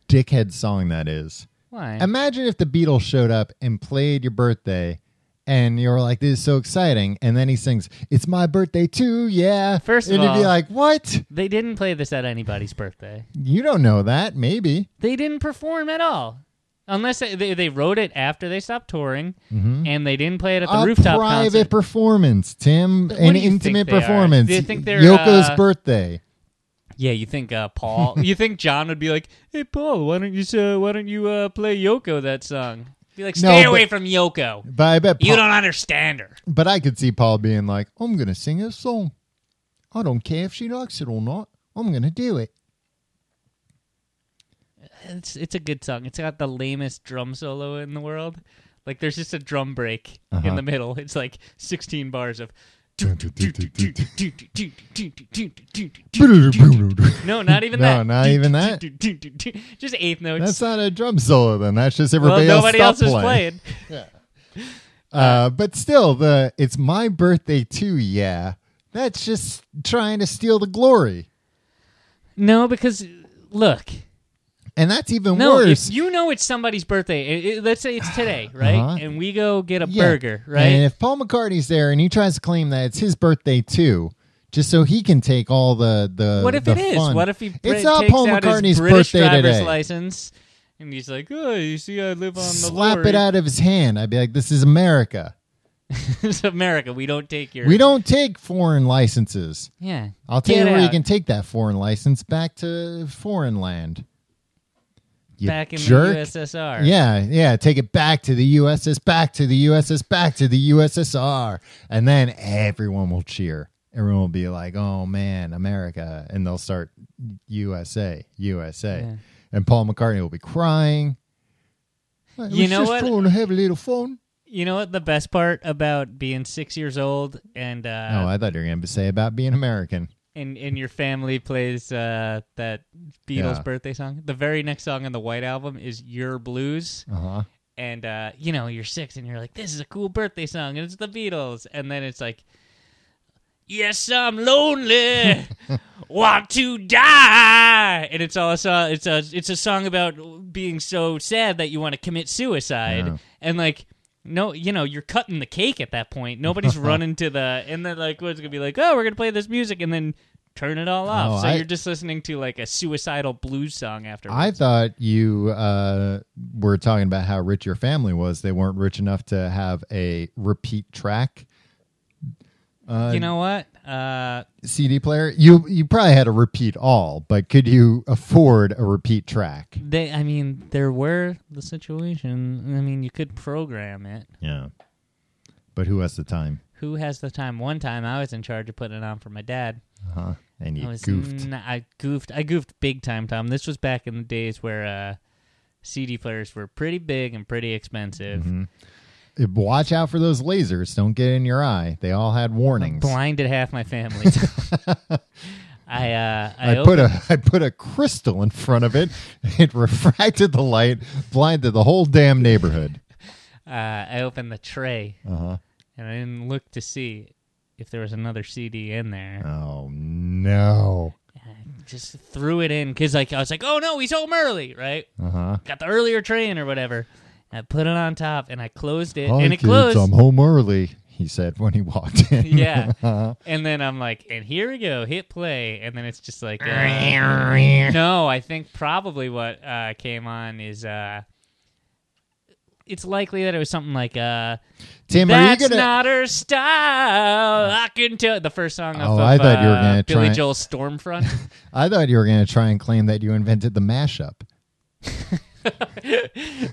[SPEAKER 2] dickhead song that is.
[SPEAKER 1] Why?
[SPEAKER 2] Imagine if the Beatles showed up and played your birthday and you were like, This is so exciting. And then he sings, It's my birthday too, yeah.
[SPEAKER 1] First of
[SPEAKER 2] and you'd be
[SPEAKER 1] all-
[SPEAKER 2] like, What?
[SPEAKER 1] they didn't play this at anybody's birthday.
[SPEAKER 2] You don't know that, maybe.
[SPEAKER 1] they didn't perform at all. Unless they, they, they wrote it after they stopped touring, and they didn't play it at the
[SPEAKER 2] a
[SPEAKER 1] rooftop
[SPEAKER 2] private
[SPEAKER 1] concert.
[SPEAKER 2] performance, Tim.
[SPEAKER 1] What
[SPEAKER 2] An
[SPEAKER 1] do you think
[SPEAKER 2] intimate
[SPEAKER 1] they are?
[SPEAKER 2] performance.
[SPEAKER 1] Do you think they're,
[SPEAKER 2] Yoko's
[SPEAKER 1] uh,
[SPEAKER 2] birthday.
[SPEAKER 1] yeah, you think uh, Paul? you think John would be like, "Hey, Paul, why don't you uh, why don't you uh, play Yoko that song?" Be like,
[SPEAKER 2] No,
[SPEAKER 1] "Stay
[SPEAKER 2] but-
[SPEAKER 1] away from Yoko.
[SPEAKER 2] But I bet
[SPEAKER 1] You
[SPEAKER 2] Paul-
[SPEAKER 1] don't understand her."
[SPEAKER 2] But I could see Paul being like, I'm going to sing a song. I don't care if she likes it or not. I'm going to do it.
[SPEAKER 1] It's it's a good song. It's got the lamest drum solo in the world. Like there's just a drum break in the middle. It's like 16 bars of. No, not even
[SPEAKER 2] No,
[SPEAKER 1] that.
[SPEAKER 2] not even that?
[SPEAKER 1] Just eighth notes.
[SPEAKER 2] That's not a drum solo, then. That's just
[SPEAKER 1] well,
[SPEAKER 2] everybody
[SPEAKER 1] nobody
[SPEAKER 2] else,
[SPEAKER 1] else
[SPEAKER 2] stop
[SPEAKER 1] is
[SPEAKER 2] playing.
[SPEAKER 1] playing.
[SPEAKER 2] Uh, but still, the it's my birthday too. Yeah, that's just trying to steal the glory,
[SPEAKER 1] No, because look,
[SPEAKER 2] and that's even
[SPEAKER 1] no,
[SPEAKER 2] worse.
[SPEAKER 1] if you know it's somebody's birthday, i- i- let's say it's today, right?
[SPEAKER 2] Uh-huh.
[SPEAKER 1] And we go get a
[SPEAKER 2] Yeah.
[SPEAKER 1] burger,
[SPEAKER 2] And
[SPEAKER 1] right?
[SPEAKER 2] if Paul McCartney's there and he tries to claim that it's his birthday too, just so he can take all the the
[SPEAKER 1] what if
[SPEAKER 2] the
[SPEAKER 1] it is?
[SPEAKER 2] fun.
[SPEAKER 1] What if he br-
[SPEAKER 2] it's not
[SPEAKER 1] takes
[SPEAKER 2] Paul
[SPEAKER 1] out
[SPEAKER 2] McCartney's
[SPEAKER 1] his British
[SPEAKER 2] birthday
[SPEAKER 1] driver's
[SPEAKER 2] today?
[SPEAKER 1] license and he's like, "Oh, you see, I live on the
[SPEAKER 2] Slap
[SPEAKER 1] lorry."
[SPEAKER 2] it out of his hand. I'd be like, this is America.
[SPEAKER 1] it's America. We don't take your
[SPEAKER 2] We don't take foreign licenses.
[SPEAKER 1] yeah.
[SPEAKER 2] I'll tell
[SPEAKER 1] Get
[SPEAKER 2] you where you
[SPEAKER 1] out.
[SPEAKER 2] can take that foreign license back to foreign land. You
[SPEAKER 1] back in the
[SPEAKER 2] jerk.
[SPEAKER 1] USSR.
[SPEAKER 2] Yeah, yeah. Take it back to the USS, back to the USS, back to the USSR, and then everyone will cheer. Everyone will be like, "Oh man, America!" And they'll start USA, USA,
[SPEAKER 1] Yeah.
[SPEAKER 2] and Paul McCartney will be crying. "Well, it
[SPEAKER 1] You
[SPEAKER 2] was
[SPEAKER 1] know
[SPEAKER 2] just
[SPEAKER 1] what?
[SPEAKER 2] fun to have a little fun.
[SPEAKER 1] You know what the best part about being six years old and uh,
[SPEAKER 2] oh, I thought you were going to say about being American.
[SPEAKER 1] and and your family plays uh, that Beatles
[SPEAKER 2] Yeah.
[SPEAKER 1] birthday song. The very next song on the White album is "Your Blues,"
[SPEAKER 2] Uh huh.
[SPEAKER 1] and uh, you know you're six and you're like, "This is a cool birthday song," and it's the Beatles, and then it's like. Yes, I'm lonely. Want to die, and it's all a song. It's a it's a song about being so sad that you want to commit suicide,
[SPEAKER 2] Yeah.
[SPEAKER 1] and like no, you know, you're cutting the cake at that point. Nobody's running to the and then like what's gonna be like? Oh, we're gonna play this music, and then turn it all off.
[SPEAKER 2] Oh,
[SPEAKER 1] so
[SPEAKER 2] I-
[SPEAKER 1] you're just listening to like a suicidal blues song afterwards.
[SPEAKER 2] I thought you uh, were talking about how rich your family was. They weren't rich enough to have a repeat track. Uh,
[SPEAKER 1] you know what? Uh,
[SPEAKER 2] CD player. You you probably had to repeat all, but could you afford a repeat track?
[SPEAKER 1] they, I mean, there were the situation. I mean, you could program it.
[SPEAKER 2] Yeah. But who has the time?
[SPEAKER 1] Who has the time? One time, I was in charge of putting it on for my dad.
[SPEAKER 2] Uh-huh. And
[SPEAKER 1] I
[SPEAKER 2] you
[SPEAKER 1] was
[SPEAKER 2] goofed.
[SPEAKER 1] n- I goofed. I goofed big time, Tom. This was back in the days where uh, CD players were pretty big and pretty expensive.
[SPEAKER 2] Mm-hmm. Eh, Watch out for those lasers. Don't get in your eye. They all had warnings.
[SPEAKER 1] Blinded half my family. I uh, I,
[SPEAKER 2] I put a I put a crystal in front of it. It refracted the light, blinded the whole damn neighborhood.
[SPEAKER 1] op- uh, I opened the tray
[SPEAKER 2] Uh-huh.
[SPEAKER 1] and I didn't look to see if there was another CD in there.
[SPEAKER 2] Oh no.
[SPEAKER 1] just threw it in because like I was like, oh no, he's home early, right?
[SPEAKER 2] Uh-huh.
[SPEAKER 1] Got the earlier train or whatever. And I put it on top and I closed it
[SPEAKER 2] Hi,
[SPEAKER 1] and it
[SPEAKER 2] kids,
[SPEAKER 1] closed.
[SPEAKER 2] I'm home early, he said when he walked in. Uh-huh.
[SPEAKER 1] yeah, and then I'm like, and here we go, hit play, and then it's just like, uh, no, I think probably what uh, came on is. uh it's likely that it was something like uh
[SPEAKER 2] Tim, are you
[SPEAKER 1] that's
[SPEAKER 2] gonna
[SPEAKER 1] not her style. I can tell the first song off
[SPEAKER 2] Oh,
[SPEAKER 1] of
[SPEAKER 2] I thought you were
[SPEAKER 1] uh,
[SPEAKER 2] gonna
[SPEAKER 1] Billy
[SPEAKER 2] try-
[SPEAKER 1] Joel's Stormfront.
[SPEAKER 2] I thought you were gonna try and claim that you invented the mashup.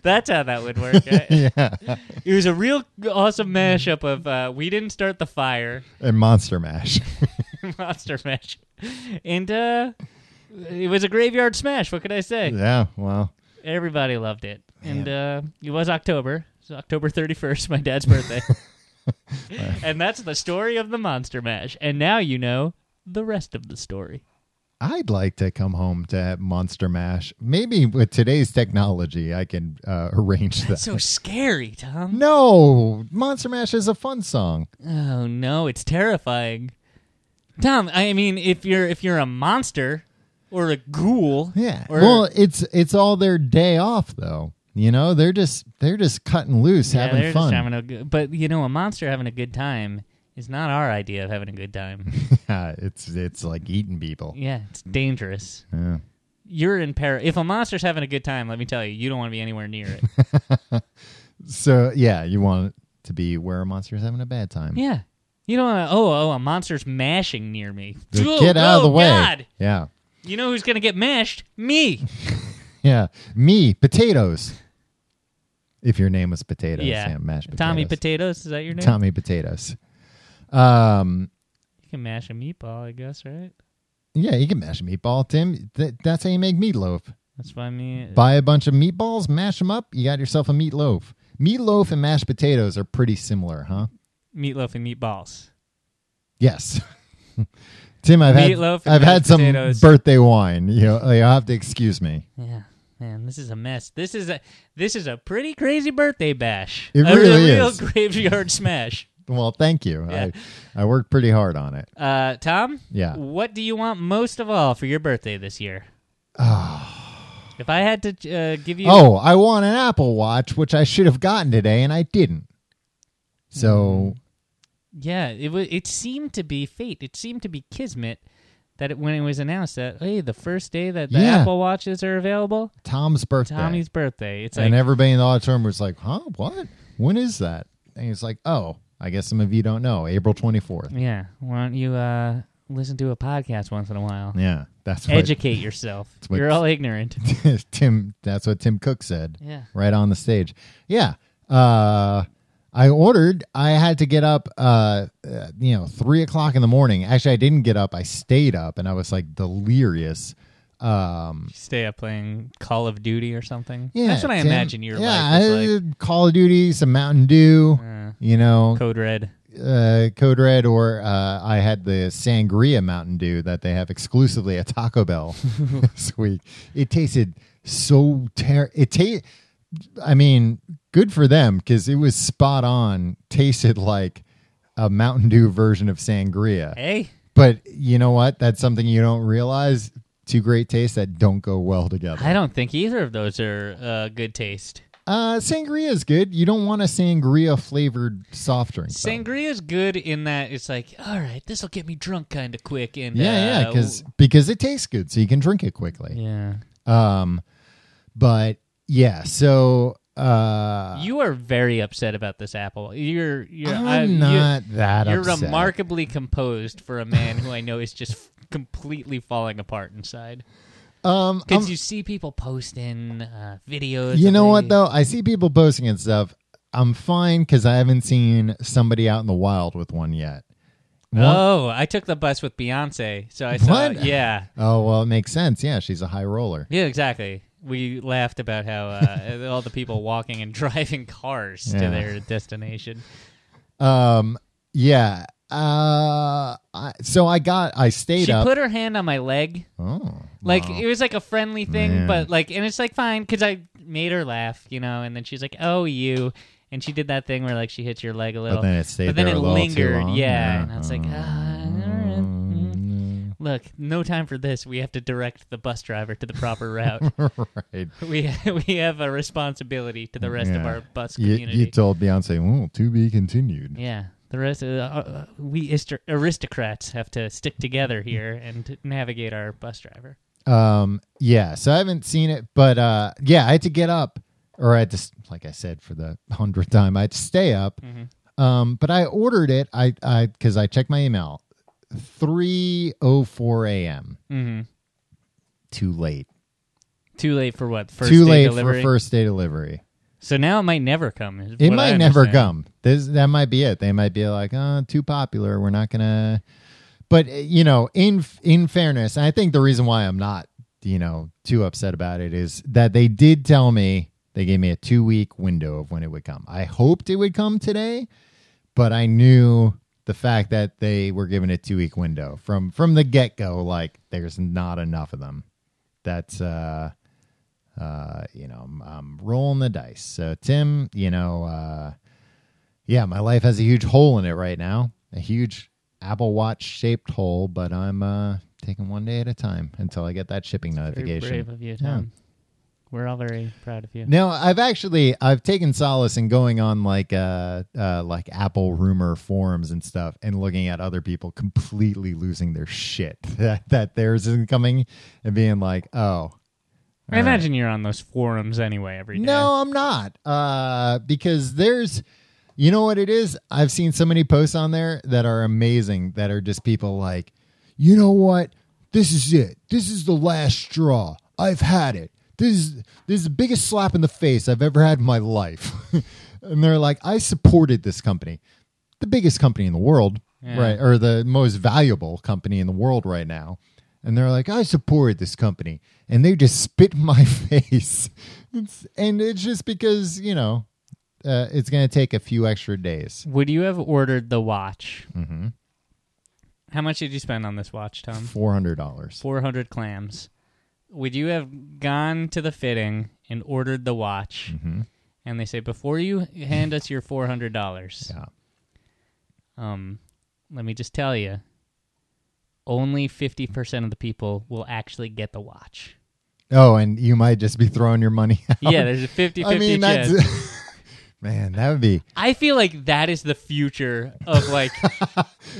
[SPEAKER 1] that's how that would work. right?
[SPEAKER 2] yeah.
[SPEAKER 1] It was a real awesome mashup of uh, "We Didn't Start the Fire"
[SPEAKER 2] And Monster Mash.
[SPEAKER 1] Monster Mash, and uh, it was a graveyard smash. What could I say?
[SPEAKER 2] yeah, well.
[SPEAKER 1] Everybody loved it, and uh, it was October. It was October thirty first, my dad's birthday, and that's the story of the Monster Mash. And now you know the rest of the story.
[SPEAKER 2] I'd like to come home to Monster Mash. Maybe with today's technology I can uh, arrange that.
[SPEAKER 1] So scary, Tom.
[SPEAKER 2] no, Monster Mash is a fun song.
[SPEAKER 1] Oh no, it's terrifying, Tom. I mean, if you're if you're a monster or a ghoul,
[SPEAKER 2] Yeah.
[SPEAKER 1] or
[SPEAKER 2] well, it's it's all their day off though. You know, they're just they're just cutting loose,
[SPEAKER 1] Yeah,
[SPEAKER 2] having
[SPEAKER 1] they're
[SPEAKER 2] fun.
[SPEAKER 1] Just having a good, but you know, a monster having a good time is not our idea of having a good time.
[SPEAKER 2] Yeah, it's it's like eating people.
[SPEAKER 1] yeah, it's dangerous.
[SPEAKER 2] Yeah.
[SPEAKER 1] You're in peril. If a monster's having a good time, let me tell you, you don't want to be anywhere near it.
[SPEAKER 2] So yeah, you want it to be where a monster is having a bad time.
[SPEAKER 1] yeah, you don't want to. Oh, oh, a monster's mashing near me.
[SPEAKER 2] Just
[SPEAKER 1] Oh,
[SPEAKER 2] get out of
[SPEAKER 1] oh,
[SPEAKER 2] the way.
[SPEAKER 1] God.
[SPEAKER 2] Yeah.
[SPEAKER 1] You know who's gonna get mashed? Me.
[SPEAKER 2] Yeah. Me, potatoes. If your name was potatoes,
[SPEAKER 1] Yeah.
[SPEAKER 2] yeah, mashed potatoes.
[SPEAKER 1] Tommy Potatoes. Is that your name?
[SPEAKER 2] Tommy potatoes. Um
[SPEAKER 1] You can mash a meatball, I guess, right?
[SPEAKER 2] yeah, you can mash a meatball, Tim. Th- that's how you make meatloaf.
[SPEAKER 1] That's uh, what I mean.
[SPEAKER 2] Buy a bunch of meatballs, mash them up, you got yourself a meatloaf. Meatloaf and mashed potatoes are pretty similar, huh?
[SPEAKER 1] Meatloaf and meatballs.
[SPEAKER 2] Yes. Tim, I've
[SPEAKER 1] Meatloaf
[SPEAKER 2] had
[SPEAKER 1] and
[SPEAKER 2] I've
[SPEAKER 1] mashed
[SPEAKER 2] had some
[SPEAKER 1] potatoes.
[SPEAKER 2] birthday wine. You know, you'll have to excuse me.
[SPEAKER 1] Yeah, man, this is a mess. This is a this is a pretty crazy birthday bash.
[SPEAKER 2] It
[SPEAKER 1] a,
[SPEAKER 2] really
[SPEAKER 1] a real
[SPEAKER 2] is.
[SPEAKER 1] graveyard smash.
[SPEAKER 2] Well, thank you.
[SPEAKER 1] Yeah.
[SPEAKER 2] I I worked pretty hard on it.
[SPEAKER 1] Uh, Tom,
[SPEAKER 2] Yeah.
[SPEAKER 1] what do you want most of all for your birthday this year? if I had to uh, give you,
[SPEAKER 2] Ah. Oh, I want an Apple Watch, which I should have gotten today, and I didn't.
[SPEAKER 1] Mm.
[SPEAKER 2] So
[SPEAKER 1] yeah, it wa it seemed to be fate. It seemed to be kismet that it, when it was announced that hey, the first day that the
[SPEAKER 2] Yeah.
[SPEAKER 1] Apple watches are available,
[SPEAKER 2] Tom's birthday,
[SPEAKER 1] Tommy's birthday. It's like
[SPEAKER 2] and everybody in the auditorium was like, "Huh? What? When is that?" And he's like, "Oh, I guess some of you don't know. April twenty fourth.
[SPEAKER 1] yeah, why don't you uh, listen to a podcast once in a while?
[SPEAKER 2] Yeah, that's what
[SPEAKER 1] Educate yourself.
[SPEAKER 2] what-
[SPEAKER 1] You're all ignorant.
[SPEAKER 2] Tim. That's what Tim Cook said.
[SPEAKER 1] Yeah.
[SPEAKER 2] right on the stage. Yeah. Uh, I ordered. I had to get up. Uh, uh, you know, three o'clock in the morning. Actually, I didn't get up. I stayed up, and I was like delirious. Um,
[SPEAKER 1] stay up playing Call of Duty or something.
[SPEAKER 2] Yeah,
[SPEAKER 1] that's what I
[SPEAKER 2] Tim.
[SPEAKER 1] imagine your
[SPEAKER 2] yeah,
[SPEAKER 1] life is like.
[SPEAKER 2] I- Call of Duty, some Mountain Dew,
[SPEAKER 1] Uh,
[SPEAKER 2] you know,
[SPEAKER 1] Code Red.
[SPEAKER 2] uh, Code Red, or uh, I had the Sangria Mountain Dew that they have exclusively at Taco Bell this week. It tasted so ter. It ta- I mean, good for them because it was spot on. Tasted like a Mountain Dew version of Sangria.
[SPEAKER 1] Hey,
[SPEAKER 2] But you know what? That's something you don't realize. Two great tastes that don't go well together.
[SPEAKER 1] I don't think either of those are uh, good taste.
[SPEAKER 2] Uh, sangria is good. You don't want a sangria flavored soft drink. though.
[SPEAKER 1] Sangria is good in that it's like, all right, this will get me drunk kind of quick. And
[SPEAKER 2] yeah, yeah,
[SPEAKER 1] uh,
[SPEAKER 2] because because it tastes good, so you can drink it quickly.
[SPEAKER 1] yeah,
[SPEAKER 2] Um, but Um, yeah, so Uh,
[SPEAKER 1] You are very upset about this apple. You're you're
[SPEAKER 2] I'm
[SPEAKER 1] I- you-
[SPEAKER 2] not that
[SPEAKER 1] You're
[SPEAKER 2] upset.
[SPEAKER 1] remarkably composed for a man who I know is just completely falling apart inside.
[SPEAKER 2] um,
[SPEAKER 1] Because
[SPEAKER 2] I'm-
[SPEAKER 1] you see people posting uh, videos.
[SPEAKER 2] you
[SPEAKER 1] of
[SPEAKER 2] know
[SPEAKER 1] they-
[SPEAKER 2] what though? I see people posting and stuff. I'm fine because I haven't seen somebody out in the wild with one yet. One-
[SPEAKER 1] Oh, I took the bus with Beyonce, so I saw.
[SPEAKER 2] What?
[SPEAKER 1] Yeah,
[SPEAKER 2] oh well, it makes sense. Yeah, she's a high roller.
[SPEAKER 1] yeah, exactly. We laughed about how uh, all the people walking and driving cars to
[SPEAKER 2] Yeah.
[SPEAKER 1] their destination.
[SPEAKER 2] Um, yeah. Uh, I, so I got, I stayed
[SPEAKER 1] She
[SPEAKER 2] up.
[SPEAKER 1] put her hand on my leg,
[SPEAKER 2] oh,
[SPEAKER 1] like
[SPEAKER 2] wow.
[SPEAKER 1] it was like a friendly thing,
[SPEAKER 2] Man.
[SPEAKER 1] but like, and it's like fine because I made her laugh, you know. And then she's like, "Oh, you," and she did that thing where like she hits your leg a little,
[SPEAKER 2] but then it stayed
[SPEAKER 1] but then
[SPEAKER 2] there
[SPEAKER 1] it
[SPEAKER 2] a little
[SPEAKER 1] lingered,
[SPEAKER 2] too long. Oh.
[SPEAKER 1] yeah, and I was like, ah,
[SPEAKER 2] Mm,
[SPEAKER 1] Look, no time for this. We have to direct the bus driver to the proper route.
[SPEAKER 2] mm. right.
[SPEAKER 1] we we have a responsibility to the rest of
[SPEAKER 2] Yeah.
[SPEAKER 1] our bus
[SPEAKER 2] You,
[SPEAKER 1] community.
[SPEAKER 2] you told Beyonce, well, to be continued.
[SPEAKER 1] yeah, the rest of uh, uh, we ister- aristocrats have to stick together here and navigate our bus driver.
[SPEAKER 2] Um, yeah, so I haven't seen it, but uh, yeah, I had to get up, or I had to, s- like I said for the hundredth time, I had to stay up.
[SPEAKER 1] Mm-hmm.
[SPEAKER 2] Um, but I ordered it. I, I, because I checked my email, three oh four a.m.
[SPEAKER 1] Mm-hmm.
[SPEAKER 2] Too late.
[SPEAKER 1] Too late for what? First
[SPEAKER 2] Too
[SPEAKER 1] day
[SPEAKER 2] late
[SPEAKER 1] delivery?
[SPEAKER 2] for first day delivery.
[SPEAKER 1] So now it might never come. is
[SPEAKER 2] It
[SPEAKER 1] what I
[SPEAKER 2] might never
[SPEAKER 1] understand.
[SPEAKER 2] come. This that might be it. They might be like, "Uh, too popular. We're not gonna." But uh, you know, in in fairness, and I think the reason why I'm not, you know, too upset about it is that they did tell me they gave me a two week window of when it would come. I hoped it would come today, but I knew the fact that they were given a two week window from from the get go. Like, there's not enough of them. That's uh uh, you know, I'm, I'm rolling the dice. So Tim, you know, uh, yeah, my life has a huge hole in it right now, a huge Apple Watch shaped hole, but I'm uh, taking one day at a time until I get that shipping
[SPEAKER 1] Very
[SPEAKER 2] notification.
[SPEAKER 1] brave of you, Tom. We're all very proud of you.
[SPEAKER 2] No, I've actually I've taken solace in going on like uh, uh like Apple rumor forums and stuff and looking at other people completely losing their shit that, that theirs isn't coming and being like, "Oh,
[SPEAKER 1] I imagine you're on those forums anyway every day.
[SPEAKER 2] No, I'm not. Uh, because there's, you know what it is? I've seen so many posts on there that are amazing that are just people like, you know what? This is it. This is the last straw. I've had it. This is this is the biggest slap in the face I've ever had in my life. and they're like, I supported this company, the biggest company in the world, right, or the most valuable company in the world right now. And they're like, I supported this company, and they just spit in my face. It's, and it's just because you know uh, it's going to take a few extra days.
[SPEAKER 1] Would you have ordered the watch? Mm-hmm. How much did you spend on this watch, Tom?
[SPEAKER 2] Four hundred dollars.
[SPEAKER 1] 400 clams. Would you have gone to the fitting and ordered the watch?
[SPEAKER 2] Mm-hmm.
[SPEAKER 1] And they say, before you hand us your $400,
[SPEAKER 2] Yeah.
[SPEAKER 1] um, let me just tell you, only 50% of the people will actually get the watch.
[SPEAKER 2] Oh, and you might just be throwing your money out.
[SPEAKER 1] Yeah, there's a 50 50
[SPEAKER 2] I mean,
[SPEAKER 1] chance.
[SPEAKER 2] that's man, that would be.
[SPEAKER 1] I feel like that is the future of like.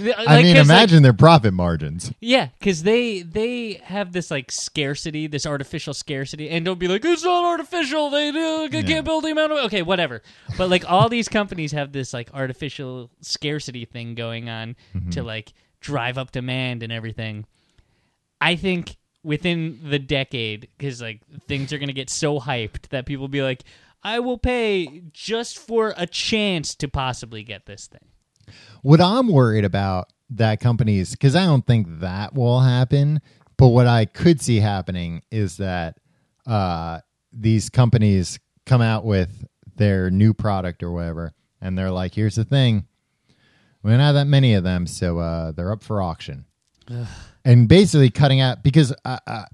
[SPEAKER 2] I mean, imagine their profit margins.
[SPEAKER 1] Yeah, because they they have this like scarcity, this artificial scarcity, and don't be like it's not artificial. They uh, can't
[SPEAKER 2] Yeah.
[SPEAKER 1] build the amount of okay, whatever. But like all these companies have this like artificial scarcity thing going on
[SPEAKER 2] Mm-hmm.
[SPEAKER 1] to like drive up demand and everything. I think within the decade, because like things are gonna get so hyped that people be like, I will pay just for a chance to possibly get this thing.
[SPEAKER 2] What I'm worried about that companies because I don't think that will happen. But what I could see happening is that uh, these companies come out with their new product or whatever, and they're like, "Here's the thing: we don't have that many of them, so uh, they're up for auction." and basically cutting out because I, I-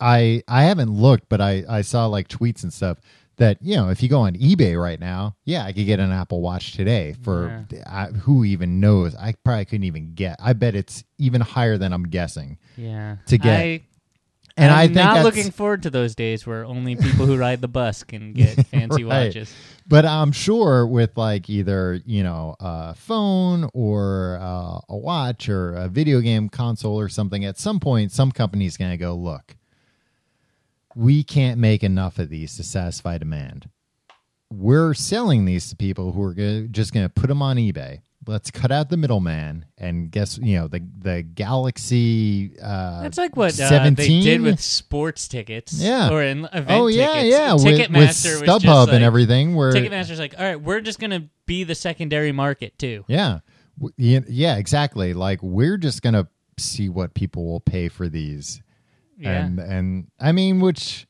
[SPEAKER 2] I I haven't looked, but I I saw like tweets and stuff that you know if you go on eBay right now, yeah, I could get an Apple Watch today for I, who even knows. I probably couldn't even get. I bet it's even higher than I'm guessing.
[SPEAKER 1] Yeah,
[SPEAKER 2] To get-
[SPEAKER 1] I,
[SPEAKER 2] And
[SPEAKER 1] I'm
[SPEAKER 2] I think
[SPEAKER 1] not
[SPEAKER 2] that's-
[SPEAKER 1] looking forward to those days where only people who ride the bus can get fancy
[SPEAKER 2] Right.
[SPEAKER 1] watches.
[SPEAKER 2] But I'm sure with like either you know a phone or uh, a watch or a video game console or something, at some point, some company's going to go look. We can't make enough of these to satisfy demand. we're selling these to people who are gonna, just going to put them on eBay. Let's cut out the middleman and guess, you know, the the Galaxy. Uh,
[SPEAKER 1] That's like what uh, they
[SPEAKER 2] 17?
[SPEAKER 1] did with sports tickets.
[SPEAKER 2] Yeah.
[SPEAKER 1] Or in event
[SPEAKER 2] oh yeah,
[SPEAKER 1] tickets.
[SPEAKER 2] yeah, with, with
[SPEAKER 1] Ticketmaster was
[SPEAKER 2] StubHub
[SPEAKER 1] just like,
[SPEAKER 2] and everything. Where
[SPEAKER 1] Ticketmaster's like, all right, we're just going to be the secondary market too.
[SPEAKER 2] Yeah. W- y- Yeah, exactly. Like we're just going to see what people will pay for these.
[SPEAKER 1] Yeah.
[SPEAKER 2] And and I mean which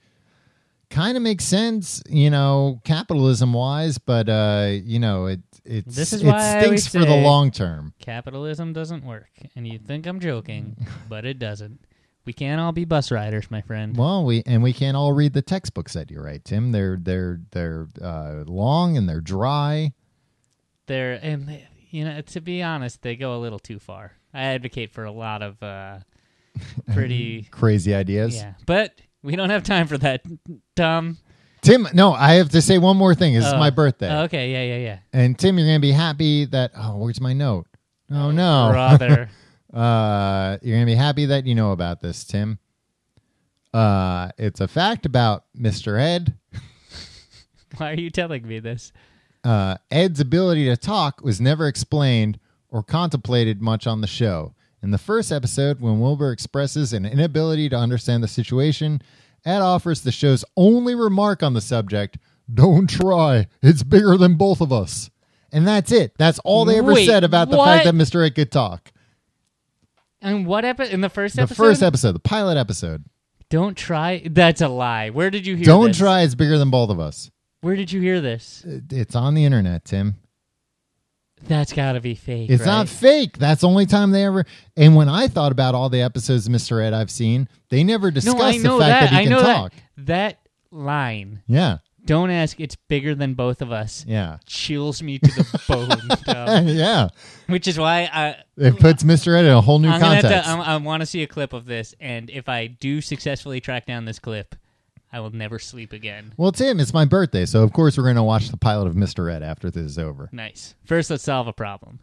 [SPEAKER 2] kind of makes sense, you know, capitalism wise, but uh, you know, it it's
[SPEAKER 1] This is
[SPEAKER 2] it
[SPEAKER 1] why I
[SPEAKER 2] stinks
[SPEAKER 1] always
[SPEAKER 2] for the
[SPEAKER 1] say-
[SPEAKER 2] long term.
[SPEAKER 1] Capitalism doesn't work. And you think I'm joking, but it doesn't. We can't all be bus riders, my friend.
[SPEAKER 2] Well, we and we can't all read the textbooks that you write, Tim. They're they're they're uh, long and they're dry.
[SPEAKER 1] They're, and they- you know, to be honest, they go a little too far. I advocate for a lot of uh, pretty,
[SPEAKER 2] Crazy ideas.
[SPEAKER 1] yeah, but we don't have time for that, Tom.
[SPEAKER 2] Tim, no, I have to say one more thing. It's
[SPEAKER 1] Oh.
[SPEAKER 2] my birthday.
[SPEAKER 1] Okay, yeah, yeah,
[SPEAKER 2] And Tim, you're going to be happy that oh, where's my note? Oh no.
[SPEAKER 1] yeah. Rather,
[SPEAKER 2] Uh, you're gonna be happy that you know about this, Tim. Uh, it's a fact about Mr. Ed.
[SPEAKER 1] why are you telling me this?
[SPEAKER 2] Uh, Ed's ability to talk was never explained or contemplated much on the show. In the first episode, when Wilbur expresses an inability to understand the situation, Ed offers the show's only remark on the subject: "Don't try. It's bigger than both of us." And that's it. That's all they ever
[SPEAKER 1] Wait,
[SPEAKER 2] said about the
[SPEAKER 1] what?
[SPEAKER 2] fact that Mr. Ed could talk.
[SPEAKER 1] And what epi- in the first
[SPEAKER 2] The
[SPEAKER 1] episode?
[SPEAKER 2] first episode, the pilot episode.
[SPEAKER 1] Don't try. That's a lie. Where did you hear?
[SPEAKER 2] Don't
[SPEAKER 1] this?
[SPEAKER 2] try. It's bigger than both of us.
[SPEAKER 1] Where did you hear this?
[SPEAKER 2] It- It's on the internet, Tim.
[SPEAKER 1] That's gotta be fake.
[SPEAKER 2] It's
[SPEAKER 1] right?
[SPEAKER 2] not fake. That's the only time they ever. And when I thought about all the episodes of Mr. Ed I've seen, they never
[SPEAKER 1] No,
[SPEAKER 2] discussed
[SPEAKER 1] I know
[SPEAKER 2] the fact
[SPEAKER 1] that.
[SPEAKER 2] that, he
[SPEAKER 1] I
[SPEAKER 2] can
[SPEAKER 1] know
[SPEAKER 2] talk.
[SPEAKER 1] that. That line.
[SPEAKER 2] Yeah,
[SPEAKER 1] Don't ask. It's bigger than both of us.
[SPEAKER 2] yeah,
[SPEAKER 1] Chills me to the bone, Tom.
[SPEAKER 2] yeah.
[SPEAKER 1] which is why I.
[SPEAKER 2] It puts Mr. Ed in a whole new
[SPEAKER 1] I'm gonna have
[SPEAKER 2] context.
[SPEAKER 1] to, I'm, I want to see a clip of this, and if I do successfully track down this clip, I will never sleep again.
[SPEAKER 2] well, Tim, it's my birthday, so of course we're going to watch the pilot of Mr. Ed after this is over.
[SPEAKER 1] Nice. First, let's solve a problem.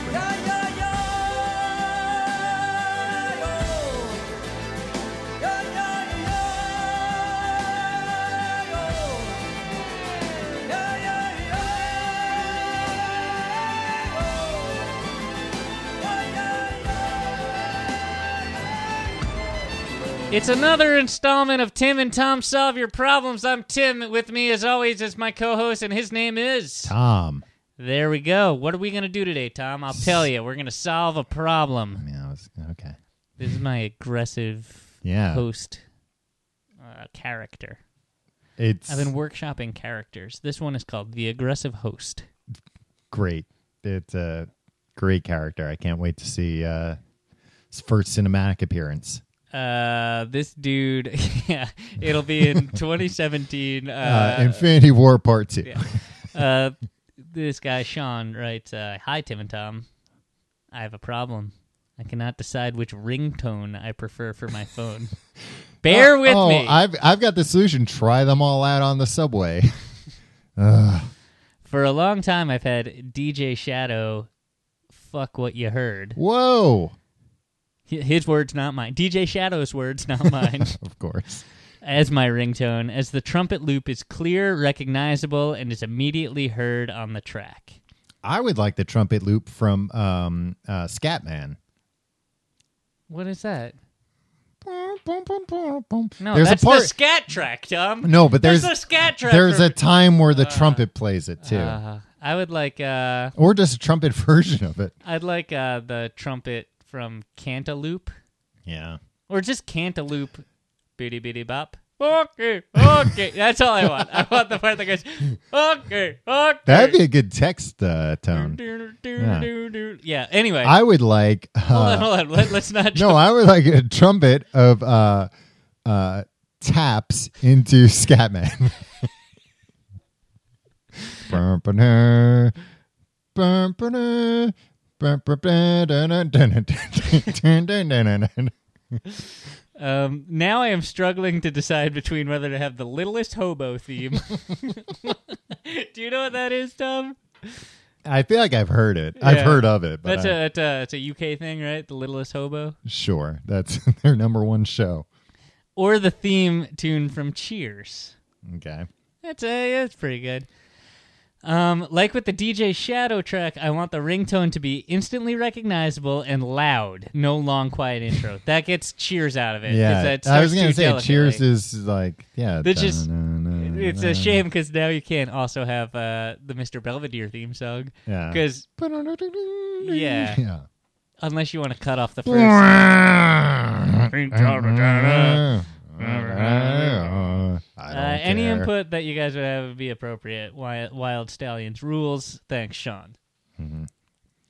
[SPEAKER 1] It's another installment of Tim and Tom Solve Your Problems. I'm Tim. With me, as always, is my co host, and his name is.
[SPEAKER 2] Tom.
[SPEAKER 1] There we go. What are we going to do today, Tom? I'll tell you. We're going to solve a problem.
[SPEAKER 2] Yeah, I was- okay.
[SPEAKER 1] This is my aggressive
[SPEAKER 2] Yeah.
[SPEAKER 1] host uh, character.
[SPEAKER 2] It's
[SPEAKER 1] I've been workshopping characters. This one is called The Aggressive Host.
[SPEAKER 2] great. It's a great character. I can't wait to see uh, his first cinematic appearance.
[SPEAKER 1] Uh, this dude, yeah, it'll be in 2017. Uh,
[SPEAKER 2] Uh, Infinity War Part 2.
[SPEAKER 1] yeah. uh, this guy Sean writes, uh, "Hi Tim and Tom, I have a problem. I cannot decide which ringtone I prefer for my phone. Bear with
[SPEAKER 2] oh,
[SPEAKER 1] me.
[SPEAKER 2] I've I've got the solution. Try them all out on the subway.
[SPEAKER 1] for a long time, I've had DJ Shadow. Fuck what you heard.
[SPEAKER 2] Whoa.
[SPEAKER 1] Hi- His words, not mine. DJ Shadow's words, not mine.
[SPEAKER 2] Of course.
[SPEAKER 1] as my ringtone, as the trumpet loop is clear, recognizable, and is immediately heard on the track.
[SPEAKER 2] I would like the trumpet loop from um uh Scatman.
[SPEAKER 1] What is that? No,
[SPEAKER 2] No,
[SPEAKER 1] that's the scat track, Tom.
[SPEAKER 2] No, but
[SPEAKER 1] That's
[SPEAKER 2] there's
[SPEAKER 1] the scat track.
[SPEAKER 2] there's
[SPEAKER 1] for-
[SPEAKER 2] a time where the trumpet plays it too.
[SPEAKER 1] Uh, I would like uh
[SPEAKER 2] or just a trumpet version of it.
[SPEAKER 1] I'd like uh the trumpet from Cantaloupe
[SPEAKER 2] Yeah.
[SPEAKER 1] or just Cantaloupe bitty bitty bop. Okay, okay. That's all I want. I want the part that goes okay, okay.
[SPEAKER 2] That'd be a good text uh, tone.
[SPEAKER 1] yeah. yeah, anyway.
[SPEAKER 2] I would like
[SPEAKER 1] hold
[SPEAKER 2] uh,
[SPEAKER 1] on, hold on. Let, let's not
[SPEAKER 2] No, I would like a trumpet of uh uh taps into Scatman. Bum-ba-da, bum-ba-da, bum-ba-da, da-na-da-na-da-da-da-da-da-da-da.
[SPEAKER 1] Um, now I am struggling to decide between whether to have the littlest hobo theme. Do you know what that is, Tom?
[SPEAKER 2] I feel like I've heard it. I've
[SPEAKER 1] Yeah.
[SPEAKER 2] heard of it, but uh,
[SPEAKER 1] That's
[SPEAKER 2] I-
[SPEAKER 1] a, that's a uh, it's a UK thing, right? The littlest hobo.
[SPEAKER 2] sure. That's their number one show.
[SPEAKER 1] or the theme tune from Cheers.
[SPEAKER 2] Okay.
[SPEAKER 1] That's uh, yeah, that's pretty good. Um, like with the DJ Shadow track, I want the ringtone to be instantly recognizable and loud, no long quiet intro. that gets cheers out of it. 'cause
[SPEAKER 2] Yeah,
[SPEAKER 1] that
[SPEAKER 2] I was
[SPEAKER 1] starts
[SPEAKER 2] gonna
[SPEAKER 1] too
[SPEAKER 2] say Cheers
[SPEAKER 1] delicately.
[SPEAKER 2] is uh, like yeah.
[SPEAKER 1] That's just-
[SPEAKER 2] dun-dun-dun-dun.
[SPEAKER 1] It's a shame because now you can't also have uh, the Mr. Belvedere theme song
[SPEAKER 2] Yeah.
[SPEAKER 1] because Yeah. unless you want to cut off the first.
[SPEAKER 2] Yeah. I
[SPEAKER 1] Uh,
[SPEAKER 2] don't
[SPEAKER 1] any
[SPEAKER 2] care.
[SPEAKER 1] input that you guys would have would be appropriate. Wild, Wild Stallions rules. Thanks, Sean.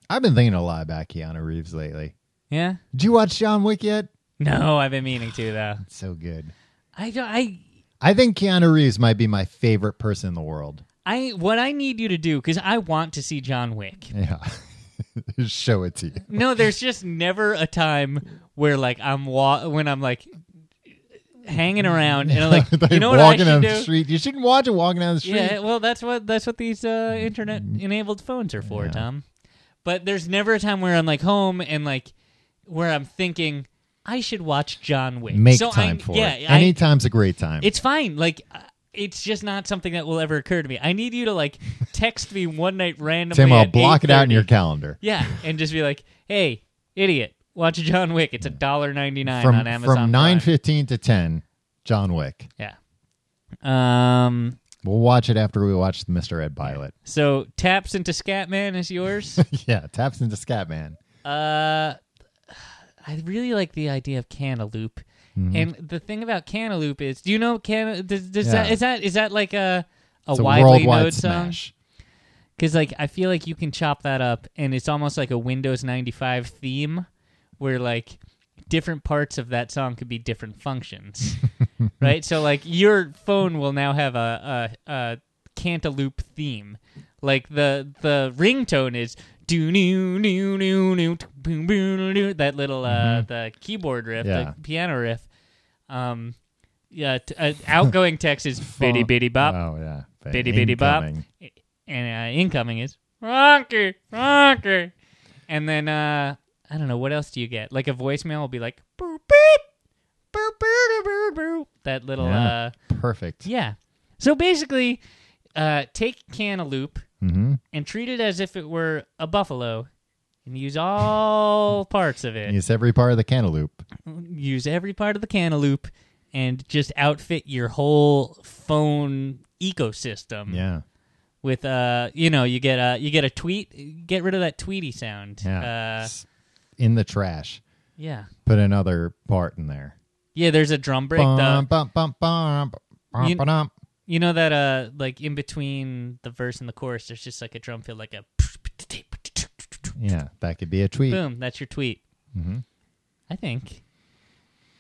[SPEAKER 2] I've been thinking a lot about Keanu Reeves lately.
[SPEAKER 1] Yeah.
[SPEAKER 2] Did you watch John Wick yet?
[SPEAKER 1] No, I've been meaning to though.
[SPEAKER 2] It's so good.
[SPEAKER 1] I don't. I
[SPEAKER 2] I think Keanu Reeves might be my favorite person in the world.
[SPEAKER 1] I what I need you to do because I want to see John Wick.
[SPEAKER 2] Yeah. Show it to you.
[SPEAKER 1] No, there's just never a time where like I'm wa- when I'm like hanging around and I'm like you know what I
[SPEAKER 2] walking
[SPEAKER 1] should
[SPEAKER 2] down the
[SPEAKER 1] do.
[SPEAKER 2] street. You shouldn't watch it walking down the street.
[SPEAKER 1] Yeah, well, that's what that's what these uh, internet enabled phones are for, Tom. But there's never a time where I'm like home and like where I'm thinking I should watch John Wick.
[SPEAKER 2] Make
[SPEAKER 1] so
[SPEAKER 2] time
[SPEAKER 1] I,
[SPEAKER 2] for
[SPEAKER 1] yeah,
[SPEAKER 2] it.
[SPEAKER 1] I-
[SPEAKER 2] Anytime's a great time.
[SPEAKER 1] It's fine. Like uh, it's just not something that will ever occur to me. I need you to like text me one night randomly.
[SPEAKER 2] Tim, I'll
[SPEAKER 1] at
[SPEAKER 2] block it out in
[SPEAKER 1] 8:30.
[SPEAKER 2] your calendar.
[SPEAKER 1] Yeah, and just be like, "Hey, idiot, watch John Wick. It's a dollar ninety nine
[SPEAKER 2] From
[SPEAKER 1] on Amazon."
[SPEAKER 2] from nine
[SPEAKER 1] Prime."
[SPEAKER 2] fifteen to ten, John Wick.
[SPEAKER 1] Yeah. Um.
[SPEAKER 2] We'll watch it after we watch the Mr. Ed pilot.
[SPEAKER 1] So taps into Scatman is yours.
[SPEAKER 2] yeah, taps into Scatman.
[SPEAKER 1] uh, I really like the idea of Cantaloupe.
[SPEAKER 2] Mm-hmm.
[SPEAKER 1] And the thing about Cantaloupe is, do you know can? Does, does
[SPEAKER 2] Yeah.
[SPEAKER 1] that is that is that like a a
[SPEAKER 2] It's a
[SPEAKER 1] widely
[SPEAKER 2] worldwide
[SPEAKER 1] known song?
[SPEAKER 2] smash.
[SPEAKER 1] Because like I feel like you can chop that up, and it's almost like a Windows ninety five theme, where like different parts of that song could be different functions, right? So like your phone will now have a a, a cantaloupe theme, like the the ringtone is do new new new new boom boom doo, that little uh the keyboard riff,
[SPEAKER 2] Yeah.
[SPEAKER 1] the piano riff, um. Yeah, t- uh, outgoing text is bitty bitty bop,
[SPEAKER 2] Oh yeah. But
[SPEAKER 1] Bitty bitty bop.
[SPEAKER 2] incoming.
[SPEAKER 1] and uh, incoming is Rocky, Rocky. And then uh, I don't know what else do you get? Like a voicemail will be like boop beep, boop boop boop boop. That little
[SPEAKER 2] Yeah.
[SPEAKER 1] uh,
[SPEAKER 2] Perfect.
[SPEAKER 1] yeah. So basically, uh, take cantaloupe
[SPEAKER 2] Mm-hmm.
[SPEAKER 1] and treat it as if it were a buffalo, and use all parts of it.
[SPEAKER 2] It's every part of the cantaloupe.
[SPEAKER 1] Use every part of the cantaloupe, and just outfit your whole phone ecosystem
[SPEAKER 2] Yeah.
[SPEAKER 1] with uh you know you get a you get a tweet get rid of that tweety sound
[SPEAKER 2] Yeah.
[SPEAKER 1] uh
[SPEAKER 2] It's in the trash.
[SPEAKER 1] yeah
[SPEAKER 2] Put another part in there.
[SPEAKER 1] yeah there's a drum break
[SPEAKER 2] Bum,
[SPEAKER 1] the,
[SPEAKER 2] bum, bum, bum, bum,
[SPEAKER 1] You-
[SPEAKER 2] ba-dum.
[SPEAKER 1] you know that uh like in between the verse and the chorus there's just like a drum fill like a
[SPEAKER 2] Yeah, that could be a tweet.
[SPEAKER 1] boom that's your tweet
[SPEAKER 2] Mhm.
[SPEAKER 1] i think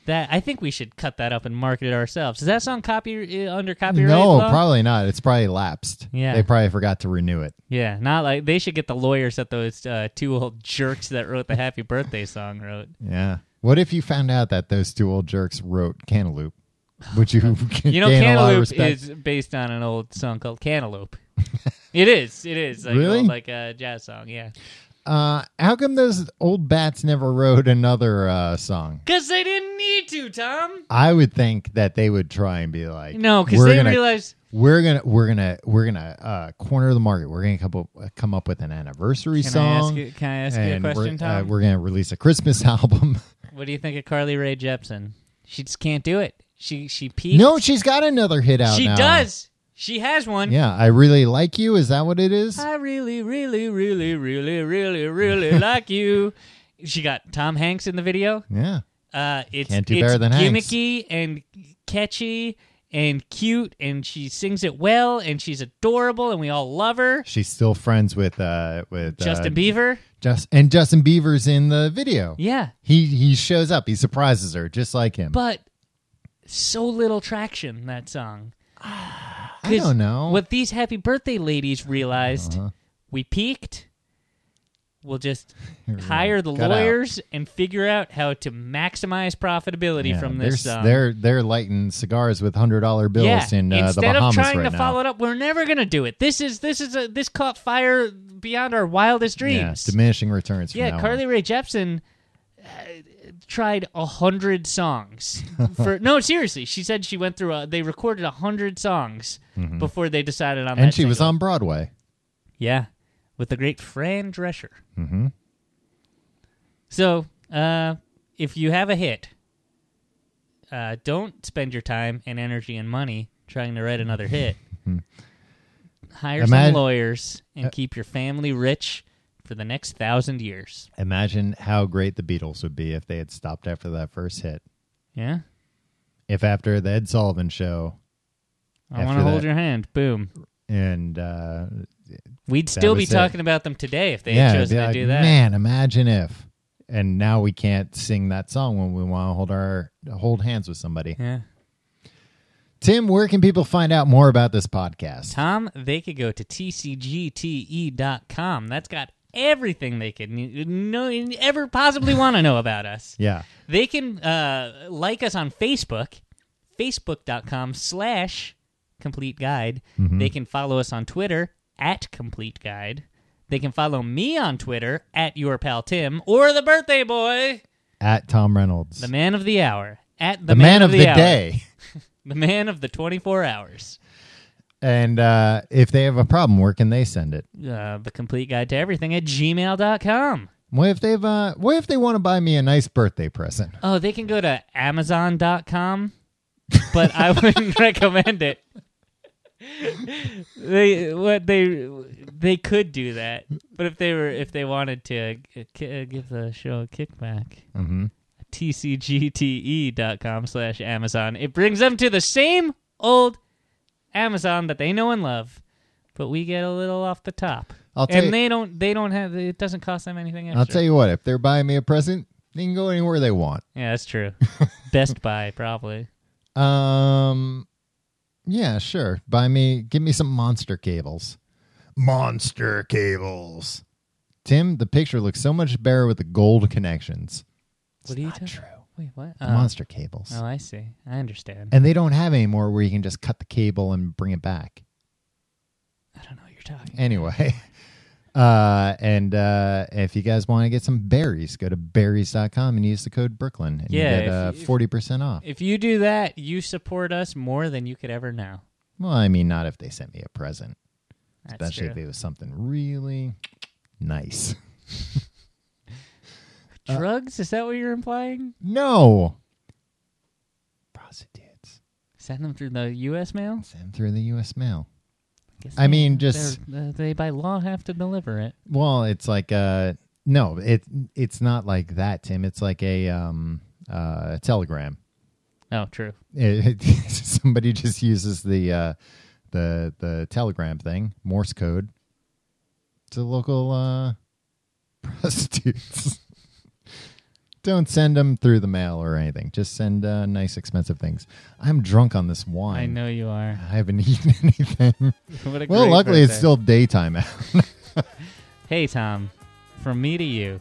[SPEAKER 1] that i think we should cut that up and market it ourselves does that sound copy uh, under copyright
[SPEAKER 2] No,
[SPEAKER 1] law?
[SPEAKER 2] probably not. It's probably lapsed.
[SPEAKER 1] Yeah.
[SPEAKER 2] They probably forgot to renew it.
[SPEAKER 1] yeah not like they should get the lawyers that those uh, two old jerks that wrote the happy birthday song wrote
[SPEAKER 2] Yeah. What if you found out that those two old jerks wrote Cantaloupe? Would you,
[SPEAKER 1] You know,
[SPEAKER 2] gain a lot of
[SPEAKER 1] Cantaloupe
[SPEAKER 2] respect?
[SPEAKER 1] is based on an old song called Cantaloupe. it is. It is. Like, an
[SPEAKER 2] Really?
[SPEAKER 1] old, like a jazz song, yeah.
[SPEAKER 2] Uh, how come those old bats never wrote another uh, song?
[SPEAKER 1] Because they didn't need to, Tom.
[SPEAKER 2] I would think that they would try and be like,
[SPEAKER 1] No, because
[SPEAKER 2] we're
[SPEAKER 1] they
[SPEAKER 2] gonna,
[SPEAKER 1] realized.
[SPEAKER 2] we're gonna, we're gonna, we're gonna uh, corner the market. We're gonna come up, come up with an anniversary
[SPEAKER 1] Can I ask
[SPEAKER 2] song.
[SPEAKER 1] you, can I ask you a
[SPEAKER 2] and
[SPEAKER 1] question,
[SPEAKER 2] we're, uh,
[SPEAKER 1] Tom?
[SPEAKER 2] we're gonna release a Christmas album.
[SPEAKER 1] what do you think of Carly Rae Jepsen? She just can't do it. She she peaked.
[SPEAKER 2] no, she's got another hit out.
[SPEAKER 1] she
[SPEAKER 2] now.
[SPEAKER 1] does. She has one.
[SPEAKER 2] Yeah, I really like you. Is that what it is?
[SPEAKER 1] I really, really, really, really, really, really like you. She got Tom Hanks in the video.
[SPEAKER 2] yeah,
[SPEAKER 1] Uh, it's
[SPEAKER 2] Can't do
[SPEAKER 1] it's
[SPEAKER 2] better than Hanks.
[SPEAKER 1] gimmicky and catchy and cute, and she sings it well, and she's adorable, and we all love her.
[SPEAKER 2] she's still friends with uh with
[SPEAKER 1] Justin
[SPEAKER 2] uh,
[SPEAKER 1] Bieber,
[SPEAKER 2] Just and Justin Bieber's in the video.
[SPEAKER 1] yeah,
[SPEAKER 2] He he shows up. He surprises her just like him.
[SPEAKER 1] but so little traction that song.
[SPEAKER 2] I don't know.
[SPEAKER 1] What these happy birthday ladies realized:
[SPEAKER 2] Uh-huh.
[SPEAKER 1] we peaked. We'll just hire the
[SPEAKER 2] Cut out.
[SPEAKER 1] lawyers and figure out how to maximize profitability
[SPEAKER 2] Yeah,
[SPEAKER 1] from
[SPEAKER 2] they're,
[SPEAKER 1] this.
[SPEAKER 2] s-
[SPEAKER 1] song.
[SPEAKER 2] they're they're lighting cigars with hundred dollar bills
[SPEAKER 1] yeah.
[SPEAKER 2] in uh, the
[SPEAKER 1] Instead of
[SPEAKER 2] Bahamas
[SPEAKER 1] trying
[SPEAKER 2] right
[SPEAKER 1] to
[SPEAKER 2] now.
[SPEAKER 1] follow it up, we're never going to do it. This is this is a this caught fire beyond our wildest
[SPEAKER 2] yeah,
[SPEAKER 1] dreams.
[SPEAKER 2] diminishing returns. from
[SPEAKER 1] Yeah,
[SPEAKER 2] now on.
[SPEAKER 1] Carly Rae Jepsen uh, tried a hundred songs. For no, seriously, she said she went through. A, they recorded a hundred songs before they decided on.
[SPEAKER 2] Mm-hmm. and
[SPEAKER 1] that
[SPEAKER 2] she was
[SPEAKER 1] single.
[SPEAKER 2] on Broadway.
[SPEAKER 1] Yeah, with the great Fran Drescher.
[SPEAKER 2] Mm-hmm.
[SPEAKER 1] So, uh, if you have a hit, uh, don't spend your time and energy and money trying to write another hit. Hire
[SPEAKER 2] Imag-
[SPEAKER 1] some lawyers and
[SPEAKER 2] Hmm. Uh,
[SPEAKER 1] keep your family rich for the next thousand years.
[SPEAKER 2] Imagine how great the Beatles would be if they had stopped after that first hit.
[SPEAKER 1] Yeah,
[SPEAKER 2] If after the Ed Sullivan show
[SPEAKER 1] I
[SPEAKER 2] After
[SPEAKER 1] want to hold
[SPEAKER 2] that-
[SPEAKER 1] your hand. Boom.
[SPEAKER 2] and uh,
[SPEAKER 1] We'd still be
[SPEAKER 2] was it.
[SPEAKER 1] talking about them today if they
[SPEAKER 2] yeah,
[SPEAKER 1] had
[SPEAKER 2] it'd be
[SPEAKER 1] chosen to
[SPEAKER 2] like,
[SPEAKER 1] do that.
[SPEAKER 2] man, imagine if. And now we can't sing that song when we want to hold our hold hands with somebody.
[SPEAKER 1] Yeah.
[SPEAKER 2] Tim, where can people find out more about this podcast?
[SPEAKER 1] Tom, they could go to tcgte.com. E That's got everything they could ne- know, ever possibly want to know about us.
[SPEAKER 2] Yeah.
[SPEAKER 1] They can uh, like us on Facebook, facebook.com slash complete guide.
[SPEAKER 2] Mm-hmm.
[SPEAKER 1] They can follow us on Twitter at complete guide. They can follow me on Twitter at your pal Tim or the birthday boy,
[SPEAKER 2] At Tom Reynolds.
[SPEAKER 1] the man of the hour, at the,
[SPEAKER 2] The man, of, the
[SPEAKER 1] hour,
[SPEAKER 2] day.
[SPEAKER 1] the man of the 24 hours.
[SPEAKER 2] And uh, if they have a problem, where can they send it?
[SPEAKER 1] Uh, the complete guide to everything at gmail.com.
[SPEAKER 2] What if they've uh, what if they want to buy me a nice birthday present?
[SPEAKER 1] Oh, they can go to Amazon.com, but I wouldn't recommend it. they what they they could do that, but if they were if they wanted to uh, ki- uh, give the show a kickback,
[SPEAKER 2] Mm-hmm.
[SPEAKER 1] tcgte.com E slash Amazon, it brings them to the same old Amazon that they know and love, but we get a little off the top,
[SPEAKER 2] I'll tell
[SPEAKER 1] and
[SPEAKER 2] you-
[SPEAKER 1] they don't they don't have it doesn't cost them anything extra.
[SPEAKER 2] I'll tell you what, if they're buying me a present, they can go anywhere they want.
[SPEAKER 1] Yeah, that's true. Best Buy probably.
[SPEAKER 2] Um, yeah, sure. Buy me, give me some monster cables. Monster cables. Tim, the picture looks so much better with the gold connections.
[SPEAKER 1] What are you
[SPEAKER 2] Not
[SPEAKER 1] talking?
[SPEAKER 2] true.
[SPEAKER 1] Wait, what?
[SPEAKER 2] The
[SPEAKER 1] Oh.
[SPEAKER 2] monster cables.
[SPEAKER 1] Oh, I see. I understand.
[SPEAKER 2] And they don't have any more where you can just cut the cable and bring it back.
[SPEAKER 1] I don't know what you're talking.
[SPEAKER 2] Anyway. Uh, and uh, if you guys want to get some berries, go to berries.com and use the code Brooklyn and
[SPEAKER 1] Yeah,
[SPEAKER 2] you
[SPEAKER 1] if
[SPEAKER 2] get uh,
[SPEAKER 1] you- if-
[SPEAKER 2] 40% off.
[SPEAKER 1] If you do that, you support us more than you could ever know.
[SPEAKER 2] Well, I mean, not if they sent me a present,
[SPEAKER 1] That's
[SPEAKER 2] especially
[SPEAKER 1] true.
[SPEAKER 2] if it was something really nice. uh,
[SPEAKER 1] Drugs? Is that what you're implying?
[SPEAKER 2] No. Prostitutes.
[SPEAKER 1] Send them through the U.S. mail?
[SPEAKER 2] Send through the U.S. mail.
[SPEAKER 1] Guess
[SPEAKER 2] I
[SPEAKER 1] they-
[SPEAKER 2] mean, just-
[SPEAKER 1] they're- uh, they by law have to deliver it.
[SPEAKER 2] Well, it's like uh no, it it's not like that, Tim. It's like a um uh telegram.
[SPEAKER 1] Oh, true.
[SPEAKER 2] It- it- somebody just uses the uh the the telegram thing, Morse code, to local uh prostitutes. Don't send them through the mail or anything. Just send uh, nice, expensive things. I'm drunk on this wine.
[SPEAKER 1] I know you are.
[SPEAKER 2] I haven't eaten anything.
[SPEAKER 1] What a
[SPEAKER 2] Well,
[SPEAKER 1] great
[SPEAKER 2] luckily it's
[SPEAKER 1] birthday.
[SPEAKER 2] still daytime out.
[SPEAKER 1] Hey, Tom. From me to you.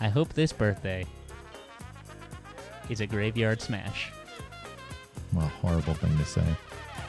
[SPEAKER 1] I hope this birthday is a graveyard smash.
[SPEAKER 2] What a horrible thing to say.